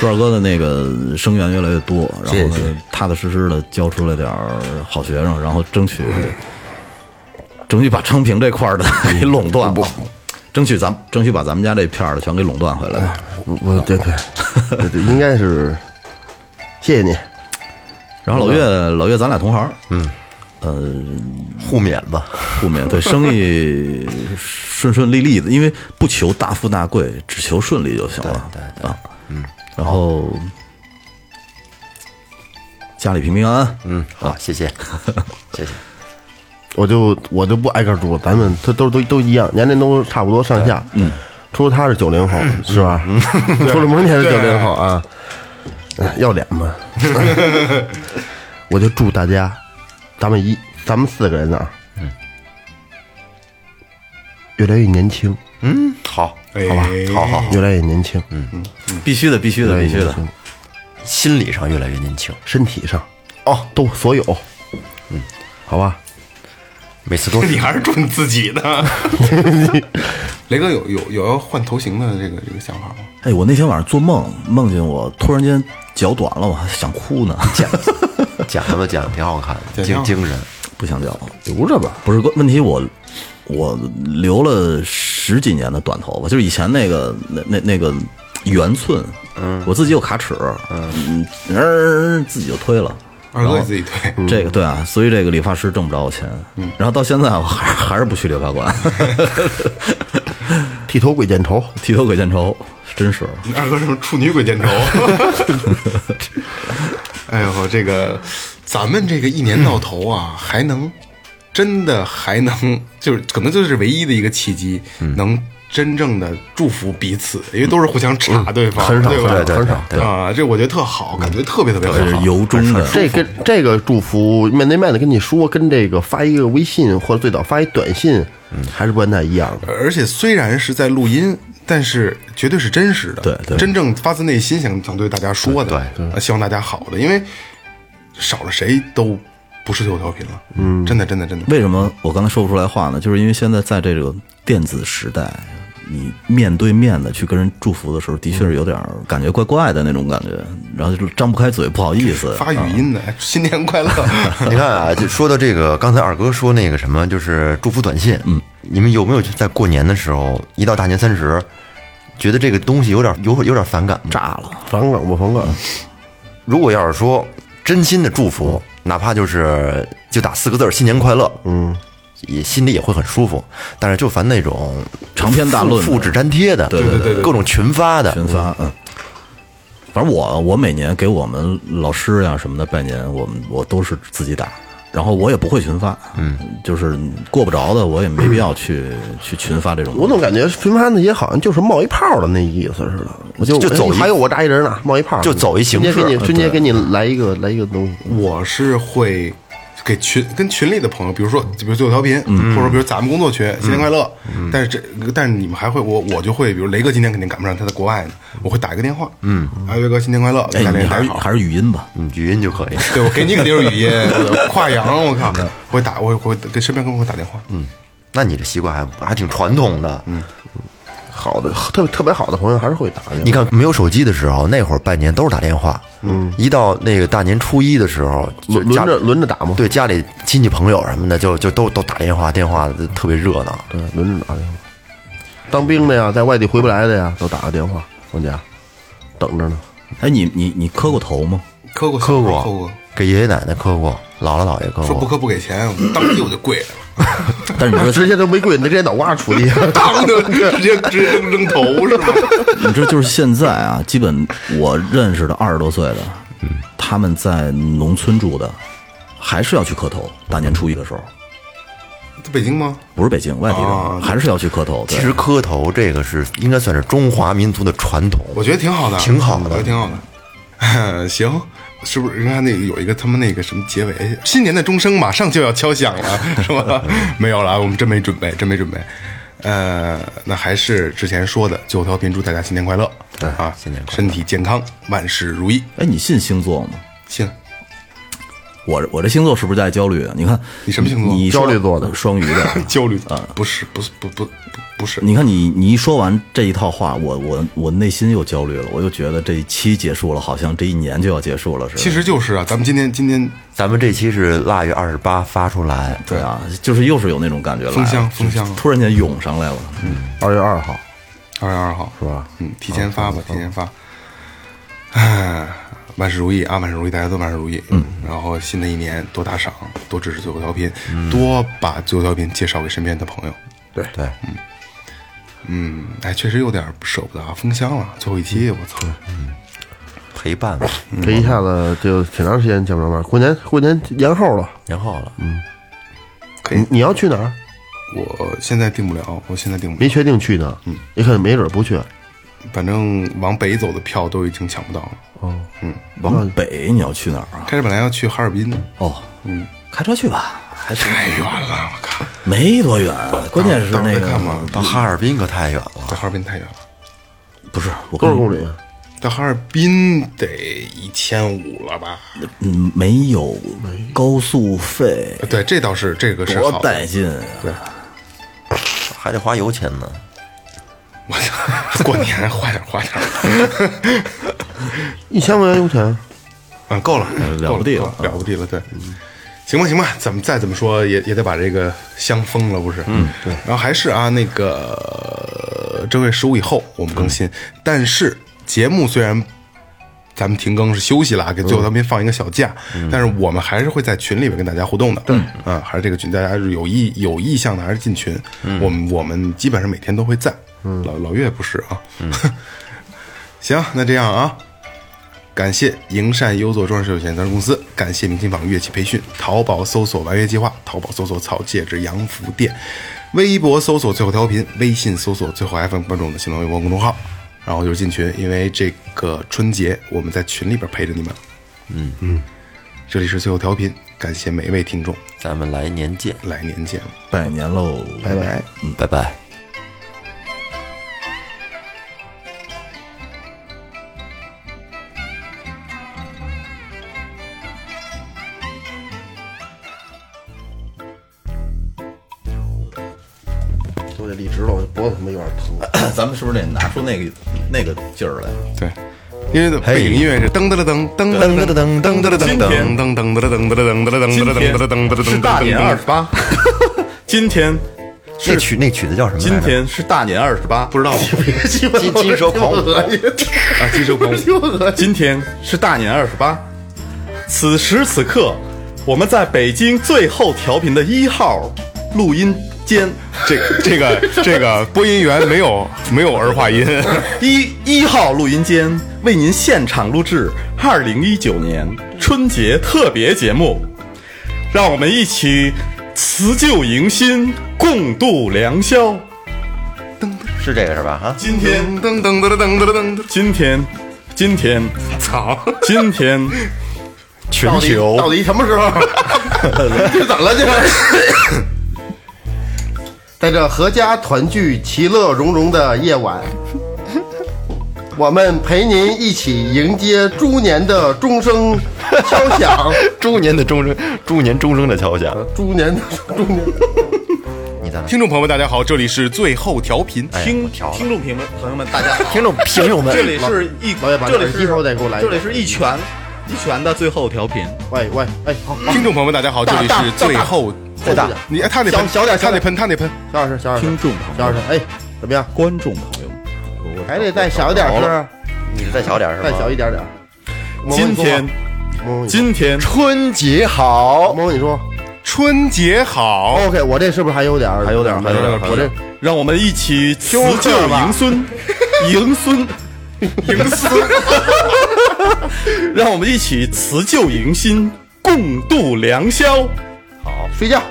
Speaker 8: 朱二哥的那个生源越来越多，然后呢，踏踏实实的教出来点儿好学生，然后争取争取把昌平这块儿的 <laughs> 给垄断了，争取咱争取把咱们家这片儿的全给垄断回来吧。
Speaker 6: 我我对对， <laughs> 对对应该是，谢谢你。
Speaker 8: 然后老岳老岳，咱俩同行，嗯，呃，
Speaker 7: 互勉吧。
Speaker 8: <laughs> 后面对生意顺顺利利的，因为不求大富大贵，只求顺利就行了。对对啊，嗯，然后家里平平安安，嗯。
Speaker 7: 好，谢 <laughs> 谢，谢谢。
Speaker 6: 我就我就不挨个住了，咱们他都都都一样，年龄都差不多上下。嗯，除了他是九零后，是 <laughs> 吧？除了蒙姐是九零后啊，哎要脸 <laughs> 吗？我就祝大家，咱们一咱们四个人啊，越来越年轻，
Speaker 7: 嗯，好，
Speaker 4: 哎
Speaker 7: 好吧，好好好，
Speaker 6: 越来越年轻，哦嗯，
Speaker 8: 必须的，必须的，必须的。
Speaker 7: 心理上越来越年轻。
Speaker 6: 身体上哦，都所有，嗯，好吧，
Speaker 7: 每次 <laughs> 都
Speaker 4: 你还是祝你自己呢。
Speaker 8: <laughs>
Speaker 4: 雷哥有有有要换头型的这个这个想法吗？
Speaker 8: 哎，我那天晚上做梦，梦见我突然间脚短了，我还想哭呢，
Speaker 7: 剪了吧，剪的挺好看的，
Speaker 4: 剪
Speaker 7: 精
Speaker 4: 挺好
Speaker 7: 精神。
Speaker 8: 不想剪了。
Speaker 6: 留着吧。
Speaker 8: 不是问题我，我留了十几年的短头发，就是以前那个那那那个圆寸，嗯，我自己有卡尺，嗯，呃自己就推了。
Speaker 4: 二哥你自己推，
Speaker 8: 这个对啊，所以这个理发师挣不着我钱，嗯，然后到现在我还是还是不去理发馆，
Speaker 6: 剃头鬼见愁，
Speaker 8: 剃头鬼见愁，真是
Speaker 4: 你二哥是不是处女鬼
Speaker 7: <laughs>
Speaker 4: 见愁？哎呦，这个咱们这个一年到头啊，
Speaker 7: 嗯
Speaker 4: 还能真的还能就是可能就是唯一的一个契机，能真正的祝福彼此，因为都是互相查对方，
Speaker 7: 嗯很少
Speaker 4: 对吧？
Speaker 7: 对对很少对
Speaker 4: 啊，这我觉得特好，感觉特别特别
Speaker 8: 呃
Speaker 4: 好。
Speaker 8: 由衷的，
Speaker 6: 嗯这跟这个祝福面对面的跟你说，跟这个发一个微信或者最早发一短信，
Speaker 7: 嗯
Speaker 6: 还是不太一样的。
Speaker 4: 而且虽然是在录音，但是绝对是真实的，
Speaker 8: 对对
Speaker 4: 真正发自内心想想对大家说的，对对希望大家好的，因为少了谁都不是最后调频了，嗯，真的真的真的，
Speaker 8: 为什么我刚才说不出来话呢？就是因为现在在这个电子时代，你面对面的去跟人祝福的时候，的确是有点儿感觉怪怪的那种感觉，然后就张不开嘴，不好意思。
Speaker 4: 发语音的，哎新年快乐，
Speaker 7: 你看啊，就说到这个，刚才二哥说那个什么，就是祝福短信，嗯，你们有没有在过年的时候，一到大年三十，觉得这个东西有点有有点反感吗？
Speaker 8: 炸了，
Speaker 6: 反感不反感？
Speaker 7: 如果要是说真心的祝福，哪怕就是就打四个字儿“新年快乐”，嗯，也心里也会很舒服。但是就烦那种
Speaker 8: 长篇大论的
Speaker 7: 复复制粘贴的，对
Speaker 8: 对
Speaker 7: 对对，各种群发的，
Speaker 8: 群发，嗯。反正我我每年给我们老师呀、什么的拜年，我们我都是自己打，然后我也不会群发，嗯，就是过不着的，我也没必要去、去群发这种。
Speaker 6: 我怎么感觉群发那些好像就是冒一泡的那意思似的？我就哎
Speaker 7: 就走一
Speaker 6: 还有我扎一人呢，冒一泡
Speaker 7: 就走一形式
Speaker 6: 直接给你直接给你来一个来一个东西。
Speaker 4: 我是会给群跟群里的朋友，比如说比如最后调频，或者说比如咱们工作群新年快乐，但是这但是你们还会我我就会，比如雷哥今天肯定赶不上，他在国外呢，我会打一个电话，嗯，啊，岳哥新年快乐，
Speaker 8: 哎
Speaker 4: 大，家
Speaker 8: 你还
Speaker 4: 打
Speaker 8: 是
Speaker 4: 好。
Speaker 8: 还是语音吧，
Speaker 7: 嗯，语音就可以。
Speaker 4: 对，我给你肯定是
Speaker 7: <laughs>
Speaker 4: 语音，跨洋，我靠，我会打，我会给身边跟我打电话，嗯，
Speaker 7: 那你这习惯还还挺传统的，嗯。
Speaker 6: 好的，特别特别好的朋友还是会打的。
Speaker 7: 你看，没有手机的时候，那会儿拜年都是打电话。嗯，一到那个大年初一的时候，就
Speaker 6: 轮轮
Speaker 7: 家
Speaker 6: 着轮着打吗？
Speaker 7: 对家里亲戚朋友什么的，就就都都打电话，电话特别热闹。
Speaker 6: 对，轮着打电话。当兵的呀，在外地回不来的呀，都打个电话往家等着呢。
Speaker 8: 哎，你你你磕过头吗？
Speaker 4: 磕过
Speaker 7: 磕
Speaker 4: 过
Speaker 7: 过，
Speaker 4: 磕过，
Speaker 7: 给爷爷奶奶磕过，姥姥姥爷磕
Speaker 4: 说不
Speaker 7: 过。
Speaker 4: 磕不给钱，我当即我就跪了，
Speaker 8: 但是你说，
Speaker 6: 直接都没跪，你直接脑瓜杵地下。
Speaker 4: 当就直接直接扔扔头是吗？ <laughs>
Speaker 8: 你这就是现在啊，基本我认识的二十多岁的，他们在农村住的，还是要去磕头。大年初一的时候，
Speaker 4: 在北京吗？
Speaker 8: 不是北京，外地人还是要去磕头。对
Speaker 7: 其实磕头这个是应该算是中华民族的传统。
Speaker 4: 我觉得挺好的，
Speaker 7: 挺好的
Speaker 4: 我觉得挺好的。 <laughs> 行，是不是？你看那个有一个他们那个什么结尾，新年的钟声马上就要敲响了，是吧？ <laughs> 没有了，我们真没准备，真没准备。呃，那还是之前说的，最后调频，祝大家新年快乐，对啊，
Speaker 7: 新年快乐
Speaker 4: 身体健康，万事如意。
Speaker 8: 哎，你信星座吗？
Speaker 4: 信，
Speaker 8: 我我这星座是不是在焦虑啊？你看
Speaker 4: 你什么星座。
Speaker 8: 你说呃
Speaker 6: 焦虑座的
Speaker 8: 双鱼的 <laughs>
Speaker 4: 焦虑嗯啊？不是，不是，不不不不是，
Speaker 8: 你看你你一说完这一套话，我我我内心又焦虑了，我又觉得这一期结束了，好像这一年就要结束了似的。
Speaker 4: 其实就是啊，咱们今天今天
Speaker 7: 咱们这期是腊月二十八发出来，
Speaker 8: 对啊，就是又是有那种感觉来了，哎
Speaker 4: 封箱封箱
Speaker 8: 突然间涌上来了。
Speaker 6: 二月二号，
Speaker 4: 二月二号是
Speaker 6: 吧？
Speaker 4: 嗯，提前发吧，提前发。唉，万事如意啊，万事如意，大家都万事如意。嗯，然后新的一年多打赏，多支持最后调频，多把最后调频介绍给身边的朋友。
Speaker 6: 对
Speaker 7: 对，
Speaker 4: 嗯，哎，确实有点舍不得啊，封箱了，最后一期，我操！
Speaker 7: 陪伴吧。
Speaker 6: 这一下子就挺长时间见不着面。过年过年延后了，
Speaker 7: 年后了，
Speaker 4: 可以
Speaker 6: 你，你要去哪儿？
Speaker 4: 我现在定不了，我现在定不
Speaker 6: 没
Speaker 4: 了，
Speaker 6: 确定去呢，嗯，也可能没准儿不去。
Speaker 4: 反正往北走的票都已经抢不到了。
Speaker 8: 往北你要去哪儿啊？
Speaker 4: 开始本来要去哈尔滨的，
Speaker 8: 哦，嗯，开车去吧，还是
Speaker 4: 太远了，我靠！
Speaker 8: 没多远，关键是
Speaker 4: 到时候
Speaker 8: 那
Speaker 4: 再
Speaker 8: 个
Speaker 4: 看吧，
Speaker 7: 到哈尔滨可太远了。
Speaker 4: 到哈尔滨太远了。
Speaker 8: 不是我
Speaker 6: 多
Speaker 8: 跟
Speaker 6: 少
Speaker 8: 你
Speaker 6: 公里？啊
Speaker 4: 到哈尔滨得一千五了吧？啊
Speaker 8: 嗯没有高速费，
Speaker 4: 对，这倒是这个是
Speaker 8: 多
Speaker 4: 好的
Speaker 8: 带劲啊！
Speaker 4: 对，
Speaker 7: 还得花油钱呢。
Speaker 4: 我操， <laughs> 过年花点花点，
Speaker 6: 一千块钱油钱，
Speaker 4: 嗯，够了，
Speaker 8: 了不地了
Speaker 4: 够够了不地了，对。行吧，行吧，怎么再怎么说也也得把这个箱封了，不是？嗯，对。然后还是啊，那个呃正月十五以后我们更新，但是节目虽然咱们停更是休息了啊，给最后调频放一个小假，但是我们还是会在群里边跟大家互动的。对，啊，还是这个群，大家有意有意向的还是进群。我们我们基本上每天都会在。老老岳不是啊。 <laughs> 行，那这样啊，感谢营善优作装饰有限责任公司，感谢明琴坊乐器培训，淘宝搜索“完乐计划”，淘宝搜索“草戒指洋服店”。微博搜索最后调频，微信搜索最后 FM，关注我们的新浪微博公众号，然后就是进群，因为这个春节我们在群里边陪着你们。嗯嗯，这里是最后调频，感谢每一位听众，
Speaker 7: 咱们来年见，
Speaker 4: 来年见了。
Speaker 9: 拜年喽，
Speaker 8: 哎
Speaker 6: 拜拜。
Speaker 7: 嗯，拜拜。
Speaker 6: 都得立直了，我脖子他妈有点疼。
Speaker 9: 咱们是不是得拿出那个那个劲儿来？
Speaker 4: 对，因为背景音乐是噔噔噔噔噔噔噔噔噔噔噔噔噔噔噔噔噔噔噔噔噔噔
Speaker 8: 今天
Speaker 4: 噔噔噔
Speaker 8: 是大年二十八， <laughs> 今天
Speaker 7: 那曲那曲子叫什么来着？
Speaker 8: 今天是大年二十八，不知道。
Speaker 7: <laughs> 金金蛇狂舞，
Speaker 4: 啊，接受光
Speaker 8: 今天是大年二十八，此时此刻，我们在北京最后调频的一号录音间，
Speaker 4: 这个这个这个播音员没有没有儿化音，
Speaker 8: 一一号录音间为您现场录制二零一九年春节特别节目，让我们一起辞旧迎新，共度良宵。
Speaker 7: 是这个是吧？啊，
Speaker 8: 今天，
Speaker 4: 噔噔噔噔噔噔噔，
Speaker 8: 今天，今天，
Speaker 4: 操！
Speaker 8: 今天，全
Speaker 6: 到底
Speaker 8: 球
Speaker 6: 到底什么时 <laughs> 候？这怎么了？这？在这阖家团聚、其乐融融的夜晚，我们陪您一起迎接猪年的钟声敲响， <laughs>
Speaker 7: 猪年的钟声，猪年钟声的敲响，
Speaker 6: 猪年的猪年。
Speaker 7: 你再来。
Speaker 4: 听众朋友们，大家好，这里是最后调频，
Speaker 8: 听听众朋友们朋友们大家好，
Speaker 7: 听众朋友们
Speaker 8: 这，里是一
Speaker 6: 老爷把
Speaker 8: 这里
Speaker 6: 耳机
Speaker 8: 是
Speaker 6: 头再给我来一
Speaker 8: 这
Speaker 6: 个
Speaker 8: 里是一拳一拳的最后调频，
Speaker 6: 喂喂，哎，好，好
Speaker 4: 听众朋友们，大家好，这里是最后，
Speaker 6: 再大，
Speaker 4: 你他那
Speaker 6: 小
Speaker 4: 喷
Speaker 6: 小点，
Speaker 4: 他
Speaker 6: 小
Speaker 4: 那
Speaker 6: 点，
Speaker 4: 喷，他那喷，
Speaker 6: 小点声，小点
Speaker 9: 听
Speaker 6: 声，
Speaker 9: 众朋友、
Speaker 6: 小点声。哎，怎么样？
Speaker 9: 观众朋友们，我
Speaker 6: 还得再小点声，
Speaker 7: 你是再小点是吧？
Speaker 6: 再小一点点。萌萌
Speaker 8: 今
Speaker 6: 你说话
Speaker 8: 天
Speaker 6: 萌萌你说
Speaker 8: 今天
Speaker 7: 春节好，
Speaker 6: 萌萌你说
Speaker 4: 春节好，
Speaker 6: ，OK，我这是不是还有点儿？
Speaker 7: 还有点儿还有点儿
Speaker 6: 我这
Speaker 8: 让我们一起辞旧迎孙，迎孙，迎孙，让我们一起辞旧迎新，共度良宵。
Speaker 6: 睡觉。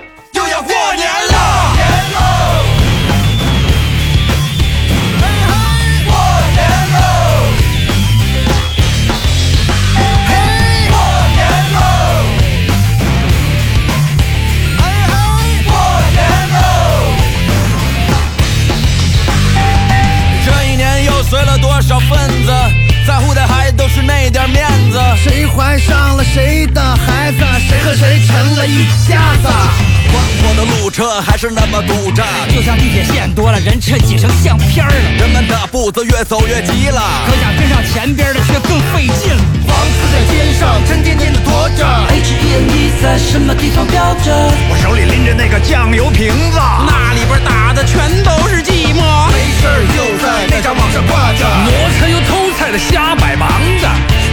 Speaker 10: 这一年又随了多少份子，在乎的还都是那点面子。谁怀上了谁的孩子，谁和谁成了一家子。宽阔的路车还是那么堵着，
Speaker 1: 就像地铁线多了，人这挤成相片儿了。
Speaker 10: 人们的步子越走越急了。
Speaker 1: 可想跟上前边的，却更费劲了。
Speaker 10: 房子在肩上，沉甸甸的驮着。
Speaker 1: H E M E 在什么地方飘着？
Speaker 10: 我手里拎着那个酱油瓶子，
Speaker 1: 那里边打的全都是寂寞。
Speaker 10: 没事儿就
Speaker 1: 哎
Speaker 10: 在那张网上挂着。
Speaker 1: 磨蹭又偷菜的瞎摆忙啊的，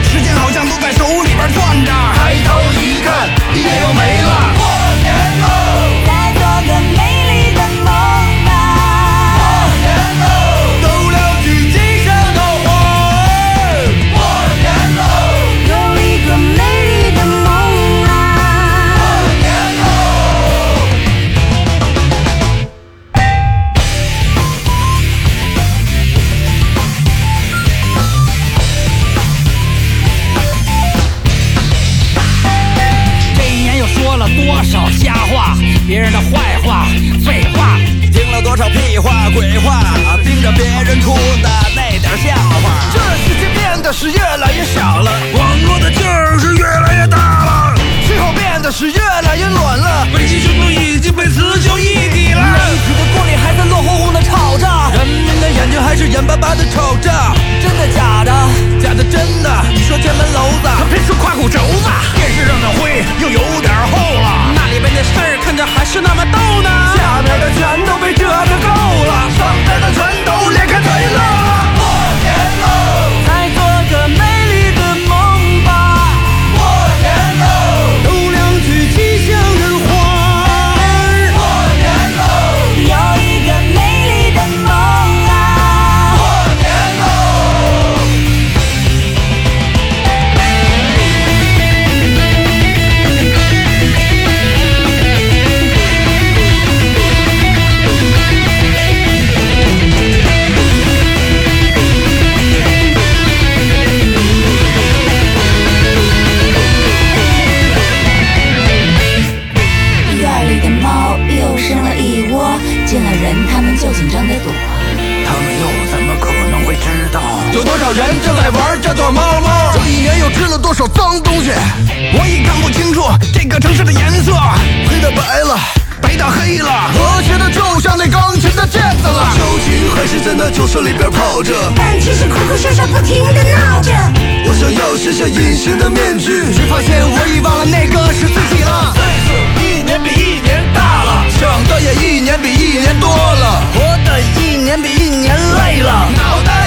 Speaker 10: 时间好像都在手里边攥着，抬头一看，一年又没了。过年喽，
Speaker 11: 再做个美丽的梦啊吧。
Speaker 10: 都聊起今生的话。过年喽，
Speaker 11: 有一个美丽的梦啊。
Speaker 1: 这一年又说了多少瞎话，别人的坏话、废话。
Speaker 10: 听了多少屁话鬼话，盯着别人出的那点笑话。这世界变得是越来越小了，网络的劲儿是越来越大了，气候变得是越来越暖了，北极熊都已经被雌雄一体了。媒体的锅里还在热烘烘的炒着，人们的眼睛还是眼巴巴的瞅着，真的假的？假的真的？你说前门楼子，
Speaker 1: 别说胯骨轴子，
Speaker 10: 电视上的灰又有点厚了。
Speaker 1: 那里边的事儿看着还是那么逗呢。
Speaker 10: 下面的全都被折腾够了，上边的全都裂开腿了。过年喽，
Speaker 11: 再做个美丽的梦吧。
Speaker 10: 过年喽，都亮起吉祥的花儿。过年喽，
Speaker 11: 有一个美丽的梦啊。
Speaker 10: 过年喽。多少人正在玩这段猫猫？这一年又吃了多少脏东西？我已看不清楚这个城市的颜色，黑的白了，白的黑了，和谐的就像那钢琴的键子了。究竟还是在那酒水里边泡着，
Speaker 12: 但其实哭哭笑笑不停的闹着。
Speaker 10: 我想要卸下隐形的面具，却发现我已忘了那个是自己了。岁数一年比一年大了，想的也一年比一年多了，活的一年比一年累了，脑袋。啊啊啊